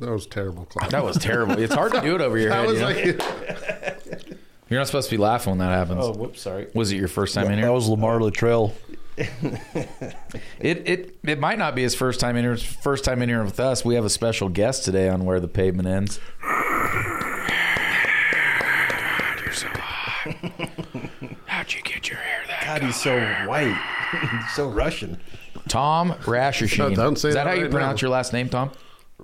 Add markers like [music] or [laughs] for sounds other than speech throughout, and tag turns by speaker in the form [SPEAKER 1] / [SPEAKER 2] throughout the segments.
[SPEAKER 1] That was terrible, Clyde.
[SPEAKER 2] That was terrible. It's hard to do it over
[SPEAKER 1] [laughs]
[SPEAKER 2] your
[SPEAKER 1] I
[SPEAKER 2] head.
[SPEAKER 1] was
[SPEAKER 2] you know?
[SPEAKER 1] like,
[SPEAKER 2] You're not supposed to be laughing when that happens.
[SPEAKER 3] Oh, whoops, sorry.
[SPEAKER 2] Was it your first time in here?
[SPEAKER 4] That was Lamar Latrell.
[SPEAKER 2] It it it might not be his first time in here. It's First time in here with us. We have a special guest today on where the pavement ends. How'd you get your hair that?
[SPEAKER 3] God, he's so white, [laughs] He's so Russian.
[SPEAKER 2] Tom
[SPEAKER 1] [laughs]
[SPEAKER 2] Rashishin.
[SPEAKER 1] Don't say
[SPEAKER 2] Is that,
[SPEAKER 1] that
[SPEAKER 2] how you
[SPEAKER 1] right
[SPEAKER 2] pronounce
[SPEAKER 1] now.
[SPEAKER 2] your last name, Tom?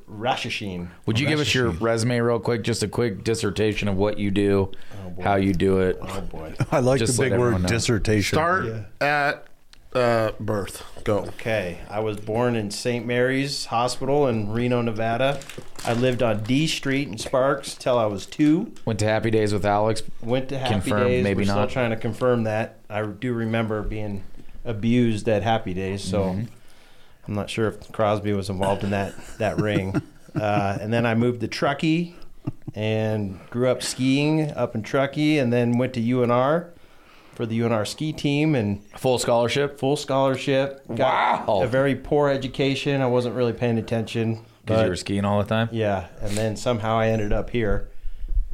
[SPEAKER 3] Rashishin.
[SPEAKER 2] Would you give us your resume real quick? Just a quick dissertation of what you do, how you do it.
[SPEAKER 3] Oh boy.
[SPEAKER 4] I like
[SPEAKER 2] Just
[SPEAKER 4] the
[SPEAKER 2] let
[SPEAKER 4] big
[SPEAKER 2] everyone
[SPEAKER 4] word
[SPEAKER 2] know.
[SPEAKER 4] dissertation.
[SPEAKER 1] start at uh, birth. Go.
[SPEAKER 3] Okay, I was born in St. Mary's Hospital in Reno, Nevada. I lived on D Street in Sparks till I was two.
[SPEAKER 2] Went to Happy Days with Alex.
[SPEAKER 3] Went to Happy
[SPEAKER 2] Confirmed,
[SPEAKER 3] Days.
[SPEAKER 2] maybe
[SPEAKER 3] We're still
[SPEAKER 2] not.
[SPEAKER 3] trying to confirm that. I do remember being abused at Happy Days, so
[SPEAKER 2] Mm-hmm.
[SPEAKER 3] I'm not sure if Crosby was involved in that that
[SPEAKER 2] [laughs]
[SPEAKER 3] ring. Uh, and then I moved to Truckee and grew up skiing up in Truckee, and then went to UNR for the UNR ski team and
[SPEAKER 2] Full scholarship.
[SPEAKER 3] full scholarship.
[SPEAKER 2] Wow.
[SPEAKER 3] a very poor education. I wasn't really paying attention.
[SPEAKER 2] Because
[SPEAKER 3] but-
[SPEAKER 2] you were skiing all the time.
[SPEAKER 3] yeah, and then somehow I ended up here,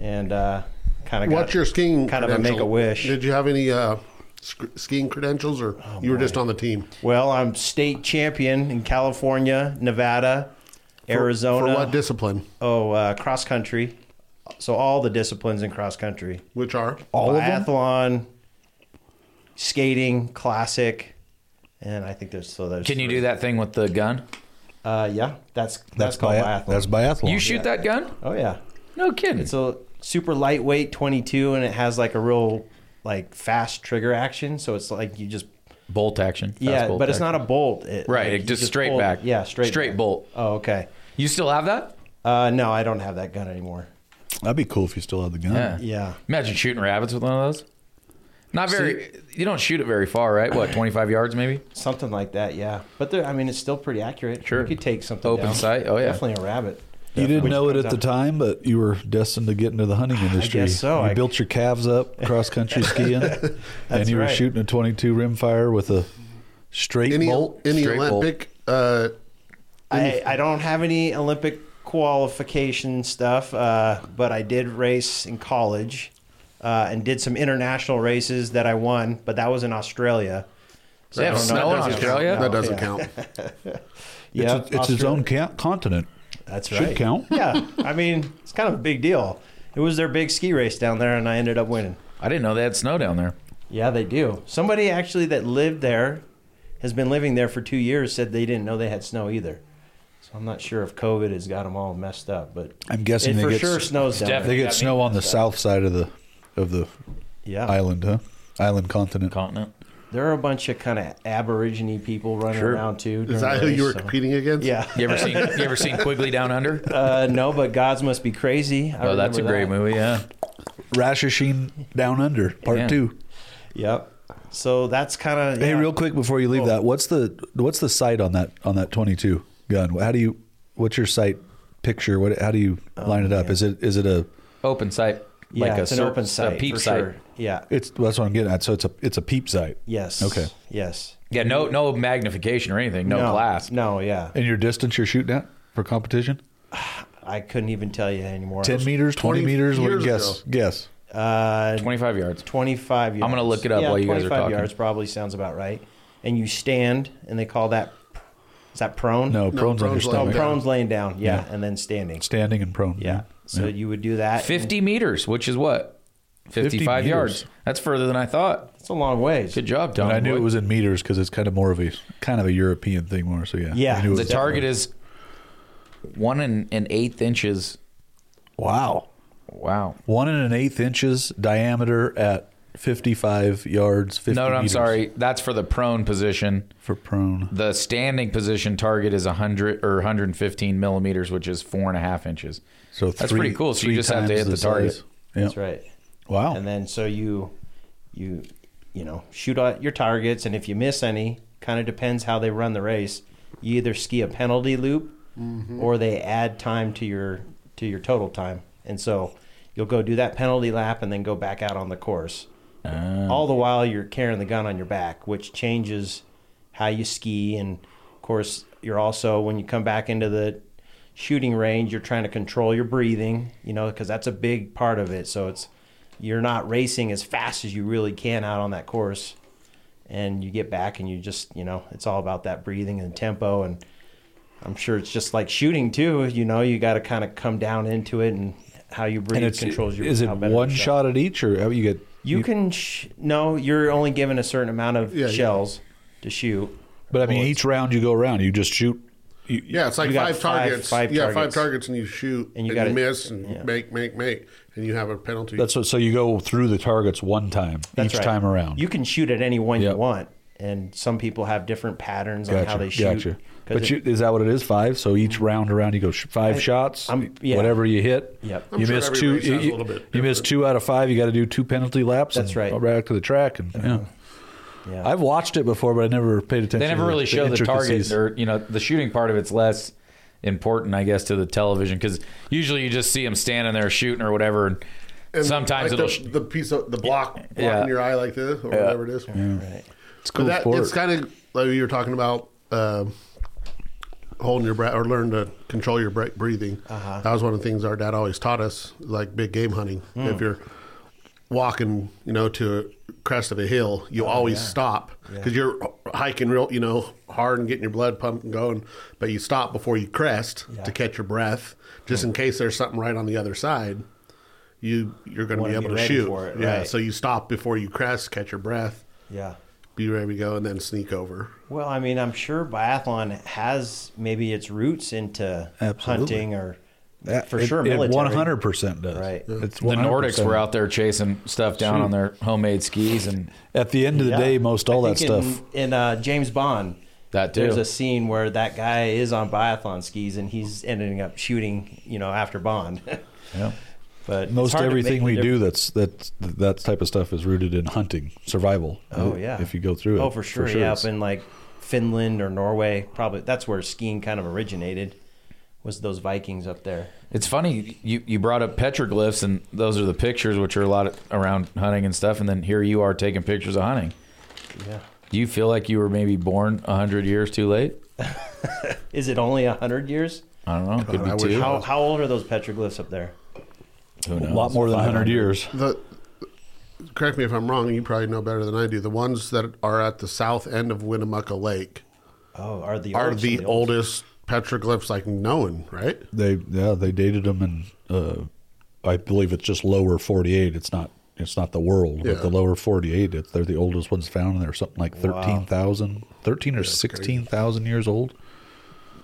[SPEAKER 3] and uh, kind of got
[SPEAKER 1] What's your skiing?
[SPEAKER 3] kind of a
[SPEAKER 1] credential?
[SPEAKER 3] make a wish. Oh,
[SPEAKER 1] Did you have any uh, sc- skiing credentials, or you were just on the team?
[SPEAKER 3] Well, I'm state champion in California, Nevada, Arizona.
[SPEAKER 1] For what discipline?
[SPEAKER 3] oh, uh, cross country. So all the disciplines in cross country:
[SPEAKER 1] Which are?
[SPEAKER 4] All of them?
[SPEAKER 3] biathlon, skating, classic, and I think there's so there's.
[SPEAKER 2] Can you do that thing with the gun?
[SPEAKER 3] Uh, yeah, that's that's,
[SPEAKER 4] That's,
[SPEAKER 3] called
[SPEAKER 4] bi-
[SPEAKER 3] biathlon.
[SPEAKER 4] that's biathlon.
[SPEAKER 2] You shoot that gun?
[SPEAKER 3] oh yeah,
[SPEAKER 2] No kidding.
[SPEAKER 3] it's a super lightweight 22, and it has like a real like fast trigger action. So it's like you just
[SPEAKER 2] bolt action. Fast
[SPEAKER 3] Yeah,
[SPEAKER 2] bolt
[SPEAKER 3] but it's
[SPEAKER 2] action.
[SPEAKER 3] not a bolt. It,
[SPEAKER 2] Right, it
[SPEAKER 3] like, you
[SPEAKER 2] just straight
[SPEAKER 3] pull-
[SPEAKER 2] back.
[SPEAKER 3] Yeah, straight
[SPEAKER 2] Straight
[SPEAKER 3] back.
[SPEAKER 2] bolt.
[SPEAKER 3] Oh, okay.
[SPEAKER 2] You still have that?
[SPEAKER 3] Uh, no, I don't have that gun anymore.
[SPEAKER 4] That'd be cool if you still had the gun.
[SPEAKER 3] Yeah.
[SPEAKER 2] Imagine shooting rabbits with one of those. Not very. you don't shoot it very far, right? What, twenty five yards maybe?
[SPEAKER 3] Something like that, yeah. But there, I mean, it's still pretty accurate.
[SPEAKER 2] Sure.
[SPEAKER 3] You could take something
[SPEAKER 2] Open
[SPEAKER 3] down.
[SPEAKER 2] sight, oh, yeah.
[SPEAKER 3] Definitely a rabbit.
[SPEAKER 4] You didn't
[SPEAKER 3] Which
[SPEAKER 4] know it
[SPEAKER 3] comes
[SPEAKER 4] at the
[SPEAKER 3] out-
[SPEAKER 4] time, but you were destined to get into the hunting industry.
[SPEAKER 3] guess so. [sighs]
[SPEAKER 4] You
[SPEAKER 3] I-
[SPEAKER 4] built your
[SPEAKER 3] [laughs]
[SPEAKER 4] calves up cross country skiing, and you were
[SPEAKER 3] right.
[SPEAKER 4] shooting a 22 rimfire with a straight
[SPEAKER 1] Any,
[SPEAKER 4] bolt.
[SPEAKER 1] any
[SPEAKER 2] straight bolt.
[SPEAKER 1] Olympic?
[SPEAKER 2] Oh,
[SPEAKER 1] Uh,
[SPEAKER 3] I, I don't have any Olympic qualification stuff, uh, but I did race in college uh, and did some international races that I won, but that was in Australia. So
[SPEAKER 2] They
[SPEAKER 3] I
[SPEAKER 2] have
[SPEAKER 3] don't know if
[SPEAKER 2] snow in
[SPEAKER 3] that doesn't count.
[SPEAKER 2] Australia?
[SPEAKER 1] that doesn't
[SPEAKER 3] yeah.
[SPEAKER 1] count.
[SPEAKER 4] It's,
[SPEAKER 3] Yeah,
[SPEAKER 4] a- it's its
[SPEAKER 3] Australia.
[SPEAKER 4] own count, continent.
[SPEAKER 3] That's
[SPEAKER 4] Should
[SPEAKER 3] right.
[SPEAKER 4] count.
[SPEAKER 3] yeah, I mean, it's kind of a big deal. It was their big ski race down there, and I ended up winning.
[SPEAKER 2] I didn't know they had snow down there.
[SPEAKER 3] Yeah, they do. Somebody actually that lived there, has been living there for two years, said they didn't know they had snow either. So I'm not sure if COVID has got them all messed up, but
[SPEAKER 4] I'm guessing
[SPEAKER 3] it
[SPEAKER 4] they
[SPEAKER 3] for
[SPEAKER 4] get
[SPEAKER 3] sure
[SPEAKER 4] s-
[SPEAKER 3] snows down
[SPEAKER 2] definitely-
[SPEAKER 4] They
[SPEAKER 3] there.
[SPEAKER 4] get
[SPEAKER 2] That
[SPEAKER 4] snow on the south side of the of the
[SPEAKER 3] Yeah,
[SPEAKER 4] island, huh? Island continent.
[SPEAKER 2] Continent.
[SPEAKER 3] there are a bunch of kind of Aborigine people running
[SPEAKER 2] Sure.
[SPEAKER 3] around too.
[SPEAKER 1] Is
[SPEAKER 3] during
[SPEAKER 1] that
[SPEAKER 3] the
[SPEAKER 1] who
[SPEAKER 3] race,
[SPEAKER 1] you were
[SPEAKER 3] so-
[SPEAKER 1] competing against?
[SPEAKER 3] Yeah.
[SPEAKER 2] You ever seen? You ever seen Quigley Down
[SPEAKER 3] [laughs]
[SPEAKER 2] Under?
[SPEAKER 3] Uh, no, but gods must be crazy. I
[SPEAKER 2] oh, that's a
[SPEAKER 3] remember
[SPEAKER 2] great
[SPEAKER 3] that.
[SPEAKER 2] movie. Yeah.
[SPEAKER 4] Rashishin Down Under, part
[SPEAKER 2] Yeah.
[SPEAKER 4] two.
[SPEAKER 3] Yep. So that's kind of
[SPEAKER 4] Hey, real quick before you leave that, what's the what's the sight on that on that 22 gun? How do you what's your sight picture? What how do you line it up? Is it is it a
[SPEAKER 2] Open sight.
[SPEAKER 3] Yeah,
[SPEAKER 2] like
[SPEAKER 3] it's
[SPEAKER 2] a
[SPEAKER 3] an
[SPEAKER 2] cer-
[SPEAKER 3] open site.
[SPEAKER 2] A peep
[SPEAKER 3] for
[SPEAKER 2] sight.
[SPEAKER 3] Sure. Yeah.
[SPEAKER 4] It's well, that's what I'm getting at. So it's a it's a peep sight.
[SPEAKER 3] Yes.
[SPEAKER 4] Okay.
[SPEAKER 3] Yes.
[SPEAKER 2] Yeah. No. No magnification or anything. No, glass.
[SPEAKER 3] No, yeah.
[SPEAKER 4] And your distance you're shooting at for competition?
[SPEAKER 3] I couldn't even tell you anymore.
[SPEAKER 4] Ten meters, twenty
[SPEAKER 1] 20
[SPEAKER 4] meters. What do you
[SPEAKER 1] years
[SPEAKER 4] guess? Guess.
[SPEAKER 3] Uh,
[SPEAKER 2] Twenty five yards.
[SPEAKER 3] 25 yards.
[SPEAKER 2] gonna look it up
[SPEAKER 3] yeah,
[SPEAKER 2] while you guys are
[SPEAKER 3] 25
[SPEAKER 2] talking.
[SPEAKER 3] yards probably sounds about right. And you stand, and they call that, is that prone?
[SPEAKER 4] No,
[SPEAKER 1] No,
[SPEAKER 4] prone's on your
[SPEAKER 1] prone's laying
[SPEAKER 3] Oh,
[SPEAKER 4] stomach.
[SPEAKER 1] down.
[SPEAKER 3] prone's laying down. Yeah, and then standing.
[SPEAKER 4] Standing and prone.
[SPEAKER 3] Yeah. So you would do that.
[SPEAKER 2] Fifty meters, which is what? Fifty five
[SPEAKER 4] meters.
[SPEAKER 2] yards. That's further than I thought.
[SPEAKER 3] It's a long ways.
[SPEAKER 2] Good job, Tom.
[SPEAKER 4] And I knew
[SPEAKER 2] Boy.
[SPEAKER 4] it was in meters because it's kind of more of a kind of a European thing more. So yeah.
[SPEAKER 3] Yeah,
[SPEAKER 4] I knew it
[SPEAKER 2] the
[SPEAKER 4] was-
[SPEAKER 2] target is one and an eighth inches.
[SPEAKER 4] Wow.
[SPEAKER 2] Wow.
[SPEAKER 4] One and an eighth inches diameter at fifty-five yards. 50
[SPEAKER 2] No, no, I'm
[SPEAKER 4] meters
[SPEAKER 2] sorry. That's for the prone position.
[SPEAKER 4] for prone.
[SPEAKER 2] The standing position target is 100 or 115 millimeters, which is four and a half inches.
[SPEAKER 4] So
[SPEAKER 2] that's
[SPEAKER 4] three-
[SPEAKER 2] pretty cool. So
[SPEAKER 4] three
[SPEAKER 2] you just have to
[SPEAKER 4] times
[SPEAKER 2] hit the,
[SPEAKER 4] size.
[SPEAKER 2] target.
[SPEAKER 4] Yeah.
[SPEAKER 3] That's right.
[SPEAKER 4] Wow.
[SPEAKER 3] And then so you, you, you know, shoot at your targets, and if you miss any, kind of depends how they run the race. You either ski a penalty loop,
[SPEAKER 4] Mm-hmm.
[SPEAKER 3] or they add time to your to your total time, and so you'll go do that penalty lap and then go back out on the course. All the while you're carrying the gun on your back, which changes how you ski, and of course you're also when you come back into the shooting range, you're trying to control your breathing, you know, because that's a big part of it. So it's you're not racing as fast as you really can out on that course, and you get back and you just you know it's all about that breathing and tempo and. I'm sure it's just like shooting too. You know, you got to kind of come down into it and how you breathe
[SPEAKER 4] And it's
[SPEAKER 3] controls your.
[SPEAKER 4] is it
[SPEAKER 3] how better
[SPEAKER 4] one
[SPEAKER 3] the
[SPEAKER 4] shot. at each, or how you get
[SPEAKER 3] You, can sh- no. You're only given a certain amount of
[SPEAKER 1] Yeah, yeah.
[SPEAKER 3] shells to shoot.
[SPEAKER 4] But I mean,
[SPEAKER 3] bullets.
[SPEAKER 4] each round you go around, you just shoot. You,
[SPEAKER 1] Yeah, it's like
[SPEAKER 3] You got
[SPEAKER 1] five,
[SPEAKER 3] five-
[SPEAKER 1] targets.
[SPEAKER 3] five
[SPEAKER 1] yeah, five
[SPEAKER 3] targets.
[SPEAKER 1] targets, and you shoot
[SPEAKER 3] And
[SPEAKER 1] and
[SPEAKER 3] you
[SPEAKER 1] you,
[SPEAKER 3] gotta-
[SPEAKER 1] miss and
[SPEAKER 3] yeah.
[SPEAKER 1] make, make, make, and you have a penalty.
[SPEAKER 4] That's what. So you go through the targets one time
[SPEAKER 3] That's
[SPEAKER 4] each
[SPEAKER 3] right.
[SPEAKER 4] time around.
[SPEAKER 3] You can shoot at any one
[SPEAKER 4] Yep.
[SPEAKER 3] you want, and some people have different patterns on
[SPEAKER 4] gotcha.
[SPEAKER 3] how they shoot.
[SPEAKER 4] Gotcha.
[SPEAKER 3] 'Cause
[SPEAKER 4] But
[SPEAKER 3] it- Mm-hmm.
[SPEAKER 4] you, is that what it is? Five. So each round around you go sh- five shots.
[SPEAKER 3] I'm- yeah.
[SPEAKER 4] Whatever you hit.
[SPEAKER 3] Yep.
[SPEAKER 4] you
[SPEAKER 1] I'm sure
[SPEAKER 4] miss
[SPEAKER 1] every
[SPEAKER 4] two.
[SPEAKER 1] race
[SPEAKER 4] You,
[SPEAKER 1] has a little bit
[SPEAKER 4] you miss
[SPEAKER 1] different.
[SPEAKER 4] two out of five. You got to do two penalty laps.
[SPEAKER 3] That's
[SPEAKER 4] and
[SPEAKER 3] right. Uh-huh.
[SPEAKER 4] go Back to the track and yeah.
[SPEAKER 3] yeah.
[SPEAKER 4] I've watched it before, but I never paid attention.
[SPEAKER 2] They never
[SPEAKER 4] to
[SPEAKER 2] really show the target.
[SPEAKER 4] intricacies.
[SPEAKER 2] Or, you know, the shooting part of it's less important, I guess, to the television because usually you just see them standing there shooting or whatever. And,
[SPEAKER 1] And
[SPEAKER 2] sometimes
[SPEAKER 1] like
[SPEAKER 2] it'll.
[SPEAKER 1] the,
[SPEAKER 2] sh-
[SPEAKER 1] the piece of the block block
[SPEAKER 2] Yeah.
[SPEAKER 1] in your eye like this or whatever it is.
[SPEAKER 3] right.
[SPEAKER 4] It's
[SPEAKER 1] But
[SPEAKER 4] cool
[SPEAKER 1] that,
[SPEAKER 4] sport.
[SPEAKER 1] it's kind of like you were talking about um, holding your breath or learn to control your bre- breathing. That was one of the things our dad always taught us, like big game hunting. If you're walking, you know, to a crest of a hill, you always stop because you're hiking real, you know, hard and getting your blood pumping going. But you stop before you crest
[SPEAKER 3] Yeah.
[SPEAKER 1] to catch your breath, just in case there's something right on the other side. You you're going to be
[SPEAKER 3] Wanna
[SPEAKER 1] able
[SPEAKER 3] be
[SPEAKER 1] to
[SPEAKER 3] ready
[SPEAKER 1] shoot.
[SPEAKER 3] for it,
[SPEAKER 1] yeah,
[SPEAKER 3] right.
[SPEAKER 1] so you stop before you crest, catch your breath
[SPEAKER 3] Yeah.
[SPEAKER 1] be ready to go and then sneak over.
[SPEAKER 3] Well, I mean, I'm sure biathlon has maybe its roots into
[SPEAKER 4] Absolutely.
[SPEAKER 3] hunting or
[SPEAKER 4] That-
[SPEAKER 3] for
[SPEAKER 4] it-
[SPEAKER 3] sure
[SPEAKER 4] it
[SPEAKER 3] military.
[SPEAKER 4] one hundred percent does.
[SPEAKER 3] Right.
[SPEAKER 4] It's
[SPEAKER 2] the Nordics
[SPEAKER 4] 100%.
[SPEAKER 2] were out there chasing stuff down on their homemade skis, and
[SPEAKER 4] At the end of the
[SPEAKER 3] Yeah.
[SPEAKER 4] day, most all
[SPEAKER 3] I
[SPEAKER 4] that
[SPEAKER 3] think in-
[SPEAKER 4] stuff.
[SPEAKER 3] in uh, James Bond.
[SPEAKER 2] That too.
[SPEAKER 3] There's a scene where that guy is on biathlon skis and he's ending up shooting, you know, after Bond. [laughs]
[SPEAKER 4] Yeah.
[SPEAKER 3] but it's
[SPEAKER 4] Most
[SPEAKER 3] hard to
[SPEAKER 4] everything
[SPEAKER 3] make
[SPEAKER 4] we
[SPEAKER 3] the
[SPEAKER 4] do that's that's that type of stuff is rooted in hunting, survival.
[SPEAKER 3] Oh
[SPEAKER 4] Uh,
[SPEAKER 3] yeah.
[SPEAKER 4] If you go through it.
[SPEAKER 3] Oh, for sure. yeah,
[SPEAKER 4] it's-
[SPEAKER 3] up in like Finland or Norway, probably that's where skiing kind of originated. Was those Vikings up there?
[SPEAKER 2] It's funny you, you brought up petroglyphs, and those are the pictures, which are a lot of, around hunting and stuff. And then here you are taking pictures of hunting.
[SPEAKER 3] Yeah.
[SPEAKER 2] Do you feel like you were maybe born hundred years too late?
[SPEAKER 3] Is it only hundred years?
[SPEAKER 2] I don't know. It could
[SPEAKER 1] God, I
[SPEAKER 2] be
[SPEAKER 1] wish
[SPEAKER 2] two.
[SPEAKER 1] I
[SPEAKER 3] How how old are those petroglyphs up there?
[SPEAKER 2] Who knows?
[SPEAKER 4] a lot more than 100 years.
[SPEAKER 1] The correct me if I'm wrong. You probably know better than I do. The ones that are at the south end of Winnemucca Lake
[SPEAKER 3] Oh, are the
[SPEAKER 1] are
[SPEAKER 3] oldest of
[SPEAKER 1] the
[SPEAKER 3] old-
[SPEAKER 1] oldest petroglyphs like known, right?
[SPEAKER 4] They yeah, they dated them in uh, I believe it's just lower 48. It's not it's not the world,
[SPEAKER 1] Yeah.
[SPEAKER 4] but the lower 48, it's, they're the oldest ones found and they're something like 13,000, 13 or 16,000 years old.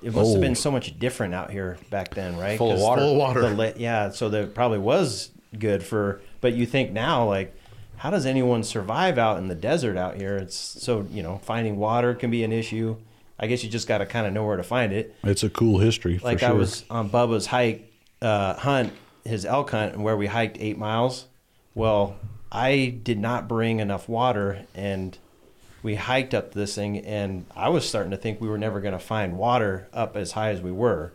[SPEAKER 3] It must have been
[SPEAKER 4] old.
[SPEAKER 3] so much different out here back then, right?
[SPEAKER 2] Oh. Full of
[SPEAKER 3] 'Cause
[SPEAKER 2] water.
[SPEAKER 1] Full of water.
[SPEAKER 3] the la- yeah, so that probably was good for. But you think now, like, how does anyone survive out in the desert out here? It's so you know, finding water can be an issue. I guess you just got to kind of know where to find it.
[SPEAKER 4] It's a cool history for
[SPEAKER 3] like
[SPEAKER 4] sure.
[SPEAKER 3] I was on Bubba's hike uh, hunt, his elk hunt, and where we hiked eight miles. Well, I did not bring enough water, and we hiked up this thing, and I was starting to think we were never going to find water up as high as we were.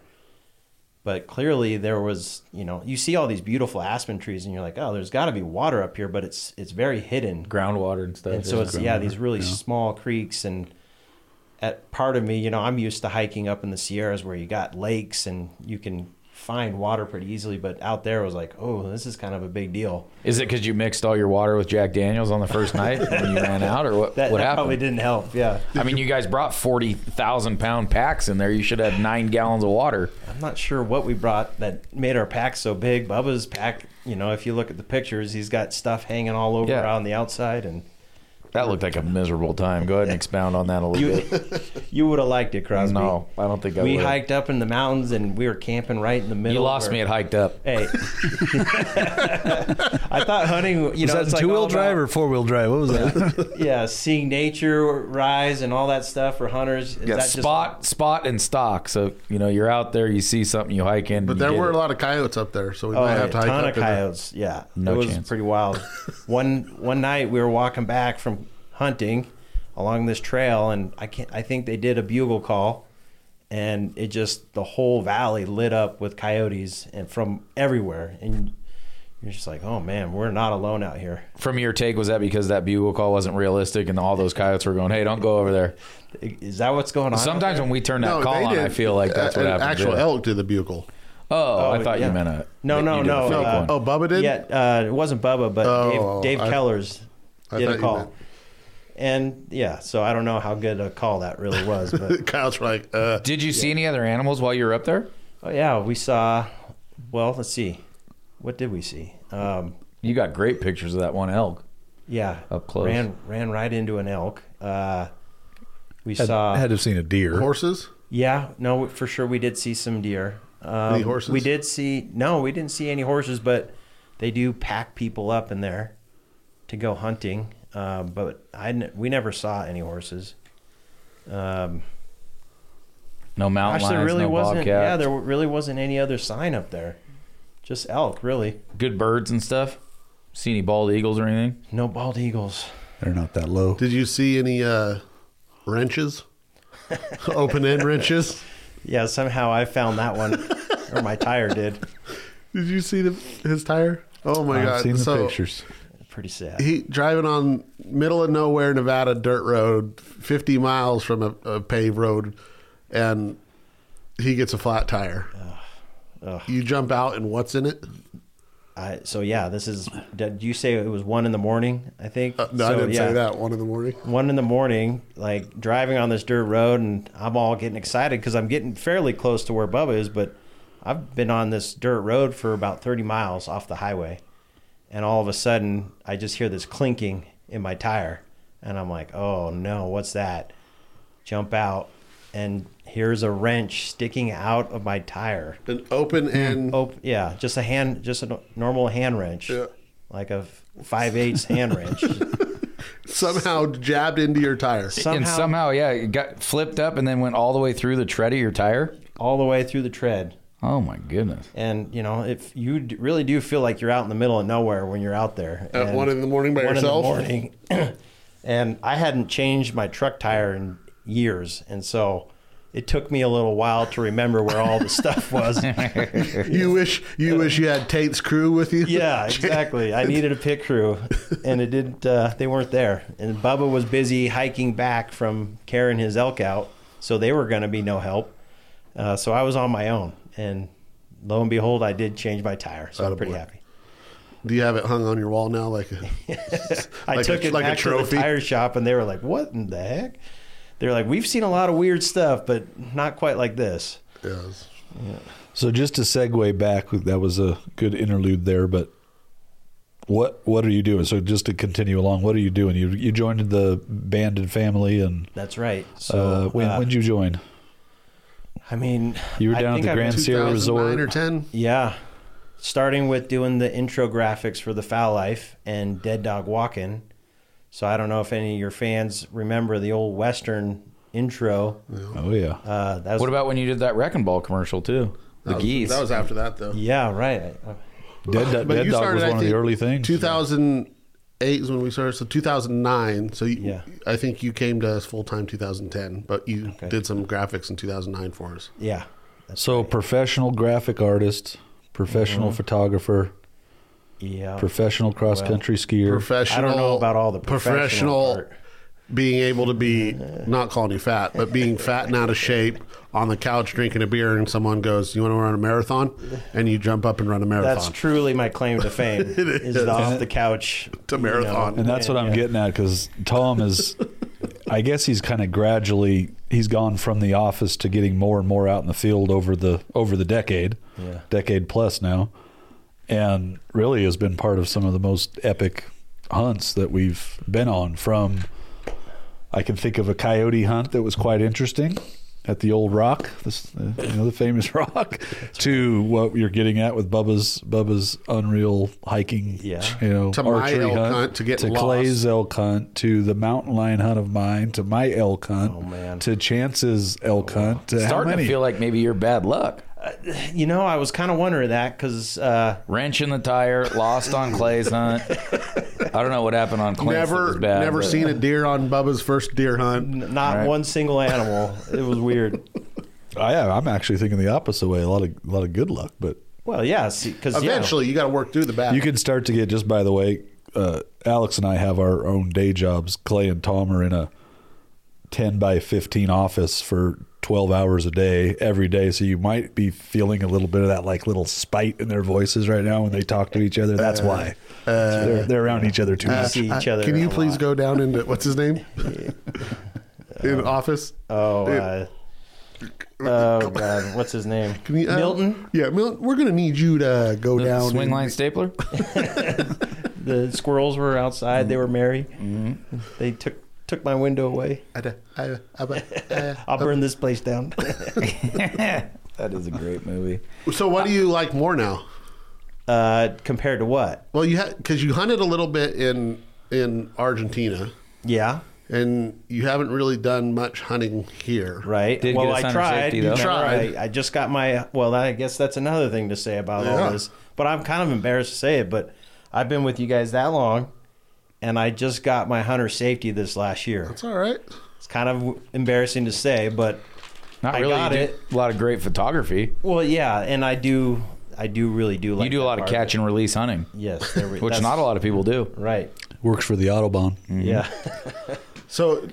[SPEAKER 3] But clearly, there was you know you see all these beautiful aspen trees, and you're like, oh, there's got to be water up here, but it's it's very hidden
[SPEAKER 2] groundwater and stuff.
[SPEAKER 3] and so it's yeah these really small creeks and at part of me you know i'm used to hiking up in the sierras where you got lakes and you can find water pretty easily but out there it was like oh this is kind of a big deal
[SPEAKER 2] Is it because you mixed all your water with Jack Daniels on the
[SPEAKER 3] [laughs]
[SPEAKER 2] first night and you ran out, or what?
[SPEAKER 3] that,
[SPEAKER 2] what
[SPEAKER 3] that
[SPEAKER 2] happened?
[SPEAKER 3] probably didn't help yeah
[SPEAKER 2] I mean, you guys brought forty thousand pound packs in there. You should have nine gallons of water.
[SPEAKER 3] i'm not sure what we brought that made our pack so big bubba's pack you know if you look at the pictures he's got stuff hanging all over
[SPEAKER 2] Yeah.
[SPEAKER 3] on the outside and
[SPEAKER 2] That looked like a miserable time. Go ahead
[SPEAKER 3] [laughs]
[SPEAKER 2] and expound on that a little
[SPEAKER 3] you
[SPEAKER 2] bit.
[SPEAKER 3] you would have liked it crosby
[SPEAKER 2] No, I don't think I
[SPEAKER 3] we
[SPEAKER 2] would've.
[SPEAKER 3] hiked up in the mountains and we were camping right in the middle
[SPEAKER 2] You lost
[SPEAKER 3] where-
[SPEAKER 2] me at hiked up.
[SPEAKER 3] Hey, I thought hunting. You know,
[SPEAKER 4] was
[SPEAKER 3] it's
[SPEAKER 4] that
[SPEAKER 3] like
[SPEAKER 4] two wheel
[SPEAKER 3] all
[SPEAKER 4] drive or four wheel drive? What was [laughs] that?
[SPEAKER 3] about- [laughs] yeah, seeing nature rise and all that stuff for hunters. Is
[SPEAKER 2] Yeah,
[SPEAKER 3] that just-
[SPEAKER 2] spot, spot, and stock. So you know you're out there, you see something, you hike in.
[SPEAKER 1] But
[SPEAKER 2] you
[SPEAKER 1] there
[SPEAKER 2] get
[SPEAKER 1] were
[SPEAKER 2] it.
[SPEAKER 1] a lot of coyotes up there, so we
[SPEAKER 3] Oh,
[SPEAKER 1] might
[SPEAKER 3] a
[SPEAKER 1] have to hike
[SPEAKER 3] ton
[SPEAKER 1] up
[SPEAKER 3] of
[SPEAKER 1] to the-
[SPEAKER 3] coyotes. Yeah,
[SPEAKER 2] No
[SPEAKER 3] it was
[SPEAKER 2] chance.
[SPEAKER 1] [laughs]
[SPEAKER 3] pretty wild. one one night we were walking back from hunting along this trail, and I can not I think they did a bugle call, and it just the whole valley lit up with coyotes and from everywhere, and You're just like, oh man, we're not alone out here.
[SPEAKER 2] From your take, was that because that bugle call wasn't realistic and all those coyotes were going, "Hey, don't go over there"?
[SPEAKER 3] Is that what's going on?
[SPEAKER 2] Sometimes when we turn that call on, I feel like that's what
[SPEAKER 1] an
[SPEAKER 2] happens.
[SPEAKER 1] Actual
[SPEAKER 2] yeah.
[SPEAKER 1] elk did the bugle. [laughs]
[SPEAKER 2] Oh, I thought
[SPEAKER 3] yeah.
[SPEAKER 2] you meant a
[SPEAKER 3] No,
[SPEAKER 2] that
[SPEAKER 3] no,
[SPEAKER 2] you did a
[SPEAKER 3] no,
[SPEAKER 2] fake
[SPEAKER 3] uh,
[SPEAKER 2] one.
[SPEAKER 1] Oh, Bubba did.
[SPEAKER 3] Yeah, uh, it wasn't Bubba, but
[SPEAKER 1] Oh,
[SPEAKER 3] Dave, Dave
[SPEAKER 1] I-
[SPEAKER 3] Keller's
[SPEAKER 1] I thought
[SPEAKER 3] did a
[SPEAKER 1] you meant-
[SPEAKER 3] call. And yeah, so I don't know how good a call that really was,
[SPEAKER 1] [laughs]
[SPEAKER 3] but
[SPEAKER 1] Kyle's like, uh,
[SPEAKER 2] Did you see any other animals while you were up there?
[SPEAKER 3] oh, yeah, we saw. Well, let's see, what did we see? Um,
[SPEAKER 2] You got great pictures of that one elk.
[SPEAKER 3] yeah,
[SPEAKER 2] Up close.
[SPEAKER 3] ran ran right into an elk. Uh, we
[SPEAKER 4] Had,
[SPEAKER 3] saw.
[SPEAKER 4] had to have seen a deer.
[SPEAKER 1] horses.
[SPEAKER 3] Yeah, no, for sure we did see some deer. Um,
[SPEAKER 1] Any horses?
[SPEAKER 3] We did see no, we didn't see any horses, but they do pack people up in there to go hunting. Um, but I n- we never saw any horses. Um,
[SPEAKER 2] No mountain
[SPEAKER 3] gosh, there
[SPEAKER 2] lions,
[SPEAKER 3] really
[SPEAKER 2] no
[SPEAKER 3] wasn't.
[SPEAKER 2] bobcats.
[SPEAKER 3] Yeah, there really wasn't any other sign up there. Just elk, really.
[SPEAKER 2] good birds and stuff. See any bald eagles or anything?
[SPEAKER 3] No bald eagles.
[SPEAKER 4] They're not that low.
[SPEAKER 1] Did you see any uh, wrenches? Open end wrenches.
[SPEAKER 3] Yeah, somehow I found that one, or my tire did.
[SPEAKER 1] Did you see the, his tire? Oh my
[SPEAKER 4] I've
[SPEAKER 1] god!
[SPEAKER 4] seen the
[SPEAKER 1] so
[SPEAKER 4] pictures.
[SPEAKER 3] Pretty sad.
[SPEAKER 1] he driving on middle of nowhere Nevada dirt road, fifty miles from a, a paved road, and he gets a flat tire. You jump out, and what's in it?
[SPEAKER 3] I, so yeah, this is. Did you say it was one in the morning? I think.
[SPEAKER 1] Uh, no, I
[SPEAKER 3] So,
[SPEAKER 1] didn't
[SPEAKER 3] yeah.
[SPEAKER 1] say that. One in the morning.
[SPEAKER 3] one in the morning, like driving on this dirt road, and I'm all getting excited because I'm getting fairly close to where Bubba is, but I've been on this dirt road for about 30 miles off the highway. And all of a sudden, I just hear this clinking in my tire. And I'm like, oh no, what's that? Jump out, and here's a wrench sticking out of my tire.
[SPEAKER 1] An open end.
[SPEAKER 3] Oh, yeah, just a hand, just a n- normal hand wrench.
[SPEAKER 1] Yeah.
[SPEAKER 3] Like a 5 eighths hand wrench.
[SPEAKER 1] somehow jabbed into your tire.
[SPEAKER 2] And somehow, yeah, it got flipped up and then went all the way through the tread of your tire.
[SPEAKER 3] all the way through the tread.
[SPEAKER 2] Oh my goodness!
[SPEAKER 3] And you know, if you d- really do feel like you're out in the middle of nowhere when you're out there
[SPEAKER 1] At
[SPEAKER 3] And
[SPEAKER 1] one in the morning by
[SPEAKER 3] one in the
[SPEAKER 1] yourself?
[SPEAKER 3] morning. [clears throat] and I hadn't changed my truck tire in years, and so it took me a little while to remember where all the stuff was. [laughs]
[SPEAKER 1] You wish you wish you had Tate's crew with you. [laughs]
[SPEAKER 3] yeah, exactly. I needed a pit crew, and it didn't. Uh, they weren't there, and Bubba was busy hiking back from carrying his elk out, so they were going to be no help. Uh, so I was on my own, and lo and behold, I did change my tire, so I'm pretty
[SPEAKER 1] Attaboy.
[SPEAKER 3] happy.
[SPEAKER 1] Do you have it hung on your wall now? Like, a,
[SPEAKER 3] I
[SPEAKER 1] Like a-
[SPEAKER 3] took it
[SPEAKER 1] like a
[SPEAKER 3] back to
[SPEAKER 1] trophy?
[SPEAKER 3] the tire shop, and they were like, "What in the heck?" They're like, "We've seen a lot of weird stuff, but not quite like this."
[SPEAKER 1] yes.
[SPEAKER 4] So just to segue back, that was a good interlude there. But what what are you doing? So just to continue along, what are you doing? You you joined the band and family, and
[SPEAKER 3] That's right. So
[SPEAKER 4] uh, when
[SPEAKER 3] uh,
[SPEAKER 4] when did you join?
[SPEAKER 3] I mean,
[SPEAKER 4] You were
[SPEAKER 3] I
[SPEAKER 4] down at
[SPEAKER 3] think
[SPEAKER 4] the
[SPEAKER 3] I've-
[SPEAKER 4] Grand Sierra
[SPEAKER 1] 2009
[SPEAKER 4] Resort.
[SPEAKER 1] or ten.
[SPEAKER 3] Yeah. Starting with doing the intro graphics for The Foul Life and Dead Dog Walkin'. So I don't know if any of your fans remember the old Western intro.
[SPEAKER 4] Oh yeah,
[SPEAKER 3] Uh, that was,
[SPEAKER 2] What about when you did that wrecking ball commercial too? The
[SPEAKER 1] That was-
[SPEAKER 2] geese.
[SPEAKER 1] That was after that though.
[SPEAKER 3] Yeah, right. Uh,
[SPEAKER 4] Dead, Do- Dead Dog was
[SPEAKER 1] I
[SPEAKER 4] one of the
[SPEAKER 1] think,
[SPEAKER 4] early things.
[SPEAKER 1] 2008 is when we started. So 2009. So you,
[SPEAKER 3] Yeah.
[SPEAKER 1] I think you came to us full time 2010, but you
[SPEAKER 3] Okay.
[SPEAKER 1] did some graphics in 2009 for us.
[SPEAKER 3] Yeah.
[SPEAKER 4] So professional graphic artist, professional photographer,
[SPEAKER 3] Yeah.
[SPEAKER 4] professional cross country skier.
[SPEAKER 1] Professional.
[SPEAKER 3] I don't know about all the professional
[SPEAKER 1] professional.
[SPEAKER 3] part.
[SPEAKER 1] being able to be not calling you fat, but being fat and out of shape on the couch drinking a beer, and someone goes, "You want to run a marathon?" and you jump up and run a marathon.
[SPEAKER 3] That's truly my claim to
[SPEAKER 4] [laughs]
[SPEAKER 3] fame is the off the couch
[SPEAKER 1] To
[SPEAKER 3] you know.
[SPEAKER 1] marathon.
[SPEAKER 4] and that's what I'm getting at because Tom is, I guess he's kind of gradually he's gone from the office to getting more and more out in the field over the over the decade,
[SPEAKER 3] Yeah.
[SPEAKER 4] decade plus now, and really has been part of some of the most epic hunts that we've been on. From I can think of a coyote hunt that was quite interesting. At the old rock, this, uh, you know, the famous [laughs] rock, to what you're getting at with Bubba's Bubba's unreal hiking,
[SPEAKER 3] Yeah.
[SPEAKER 4] you know,
[SPEAKER 1] To my elk hunt, to get lost.
[SPEAKER 4] Clay's elk hunt, to the mountain lion hunt of mine, to my elk hunt,
[SPEAKER 3] Oh, man.
[SPEAKER 4] to Chance's elk hunt. To how
[SPEAKER 2] Oh, Starting
[SPEAKER 4] many?
[SPEAKER 2] to feel like maybe you're bad luck.
[SPEAKER 3] You know, I was kind of wondering that because uh,
[SPEAKER 2] Wrench in the tire, lost on Clay's hunt. I don't know what happened on Clay's. that was
[SPEAKER 1] never,
[SPEAKER 2] bad,
[SPEAKER 1] never
[SPEAKER 2] but-
[SPEAKER 3] [laughs]
[SPEAKER 1] seen a deer on Bubba's first deer hunt.
[SPEAKER 3] n- not
[SPEAKER 2] Right.
[SPEAKER 3] one single
[SPEAKER 1] [laughs]
[SPEAKER 3] animal. It was weird.
[SPEAKER 4] Oh, I am. I'm actually thinking the opposite way. A lot of a lot of good luck, but
[SPEAKER 3] Well, yeah, because
[SPEAKER 1] Eventually, you got to work through the
[SPEAKER 2] Uh,
[SPEAKER 1] battle.
[SPEAKER 4] You can start to get just by the way. Uh, Alex and I have our own day jobs. Clay and Tom are in a ten by fifteen office for twelve hours a day every day. So you might be feeling a little bit of that like little spite in their voices right now when they talk to each other.
[SPEAKER 2] Uh,
[SPEAKER 4] That's why they're, they're around each other too
[SPEAKER 3] Uh,
[SPEAKER 4] much.
[SPEAKER 3] see each other
[SPEAKER 1] Can you
[SPEAKER 3] a
[SPEAKER 1] please
[SPEAKER 3] lot.
[SPEAKER 1] go down into what's his name?
[SPEAKER 3] [laughs]
[SPEAKER 1] In office.
[SPEAKER 3] Oh, uh, oh God, what's his name?
[SPEAKER 1] Can you, uh,
[SPEAKER 3] Milton,
[SPEAKER 1] Yeah, Milton. We're gonna need you to go
[SPEAKER 2] The
[SPEAKER 1] down.
[SPEAKER 2] swing
[SPEAKER 1] and-
[SPEAKER 2] line stapler. [laughs]
[SPEAKER 3] the squirrels were outside.
[SPEAKER 1] Mm-hmm.
[SPEAKER 3] They were merry. They took took my window away.
[SPEAKER 1] I- I- I- I-
[SPEAKER 3] I'll burn this place down. [laughs]
[SPEAKER 2] That is a great movie.
[SPEAKER 1] so, what do you like more now?
[SPEAKER 3] uh, compared to what?
[SPEAKER 1] Well, you had because you hunted a little bit in in Argentina,
[SPEAKER 3] Yeah,
[SPEAKER 1] and you haven't really done much hunting here.
[SPEAKER 3] right.
[SPEAKER 2] Did
[SPEAKER 3] well,
[SPEAKER 2] get us
[SPEAKER 3] I
[SPEAKER 2] under
[SPEAKER 3] tried.
[SPEAKER 2] safety,
[SPEAKER 3] Remember,
[SPEAKER 2] though.
[SPEAKER 1] Tried.
[SPEAKER 3] I, I just got my. Well, I guess that's another thing to say about
[SPEAKER 1] Yeah.
[SPEAKER 3] all this. But I'm kind of embarrassed to say it. But I've been with you guys that long, and I just got my hunter safety this last year.
[SPEAKER 1] It's all right.
[SPEAKER 3] It's kind of embarrassing to say, but
[SPEAKER 2] Not
[SPEAKER 3] I
[SPEAKER 2] really.
[SPEAKER 3] got
[SPEAKER 2] you do
[SPEAKER 3] it.
[SPEAKER 2] A lot of great photography.
[SPEAKER 3] Well, yeah, and I do. I do really do like.
[SPEAKER 2] You do a
[SPEAKER 3] that
[SPEAKER 2] lot of
[SPEAKER 3] part
[SPEAKER 2] catch
[SPEAKER 3] it.
[SPEAKER 2] and release hunting,
[SPEAKER 3] Yes, there we,
[SPEAKER 2] which
[SPEAKER 3] that's-
[SPEAKER 2] not a lot of people do.
[SPEAKER 3] Right.
[SPEAKER 4] Works for the autobahn.
[SPEAKER 1] Mm-hmm.
[SPEAKER 3] Yeah. [laughs]
[SPEAKER 1] So,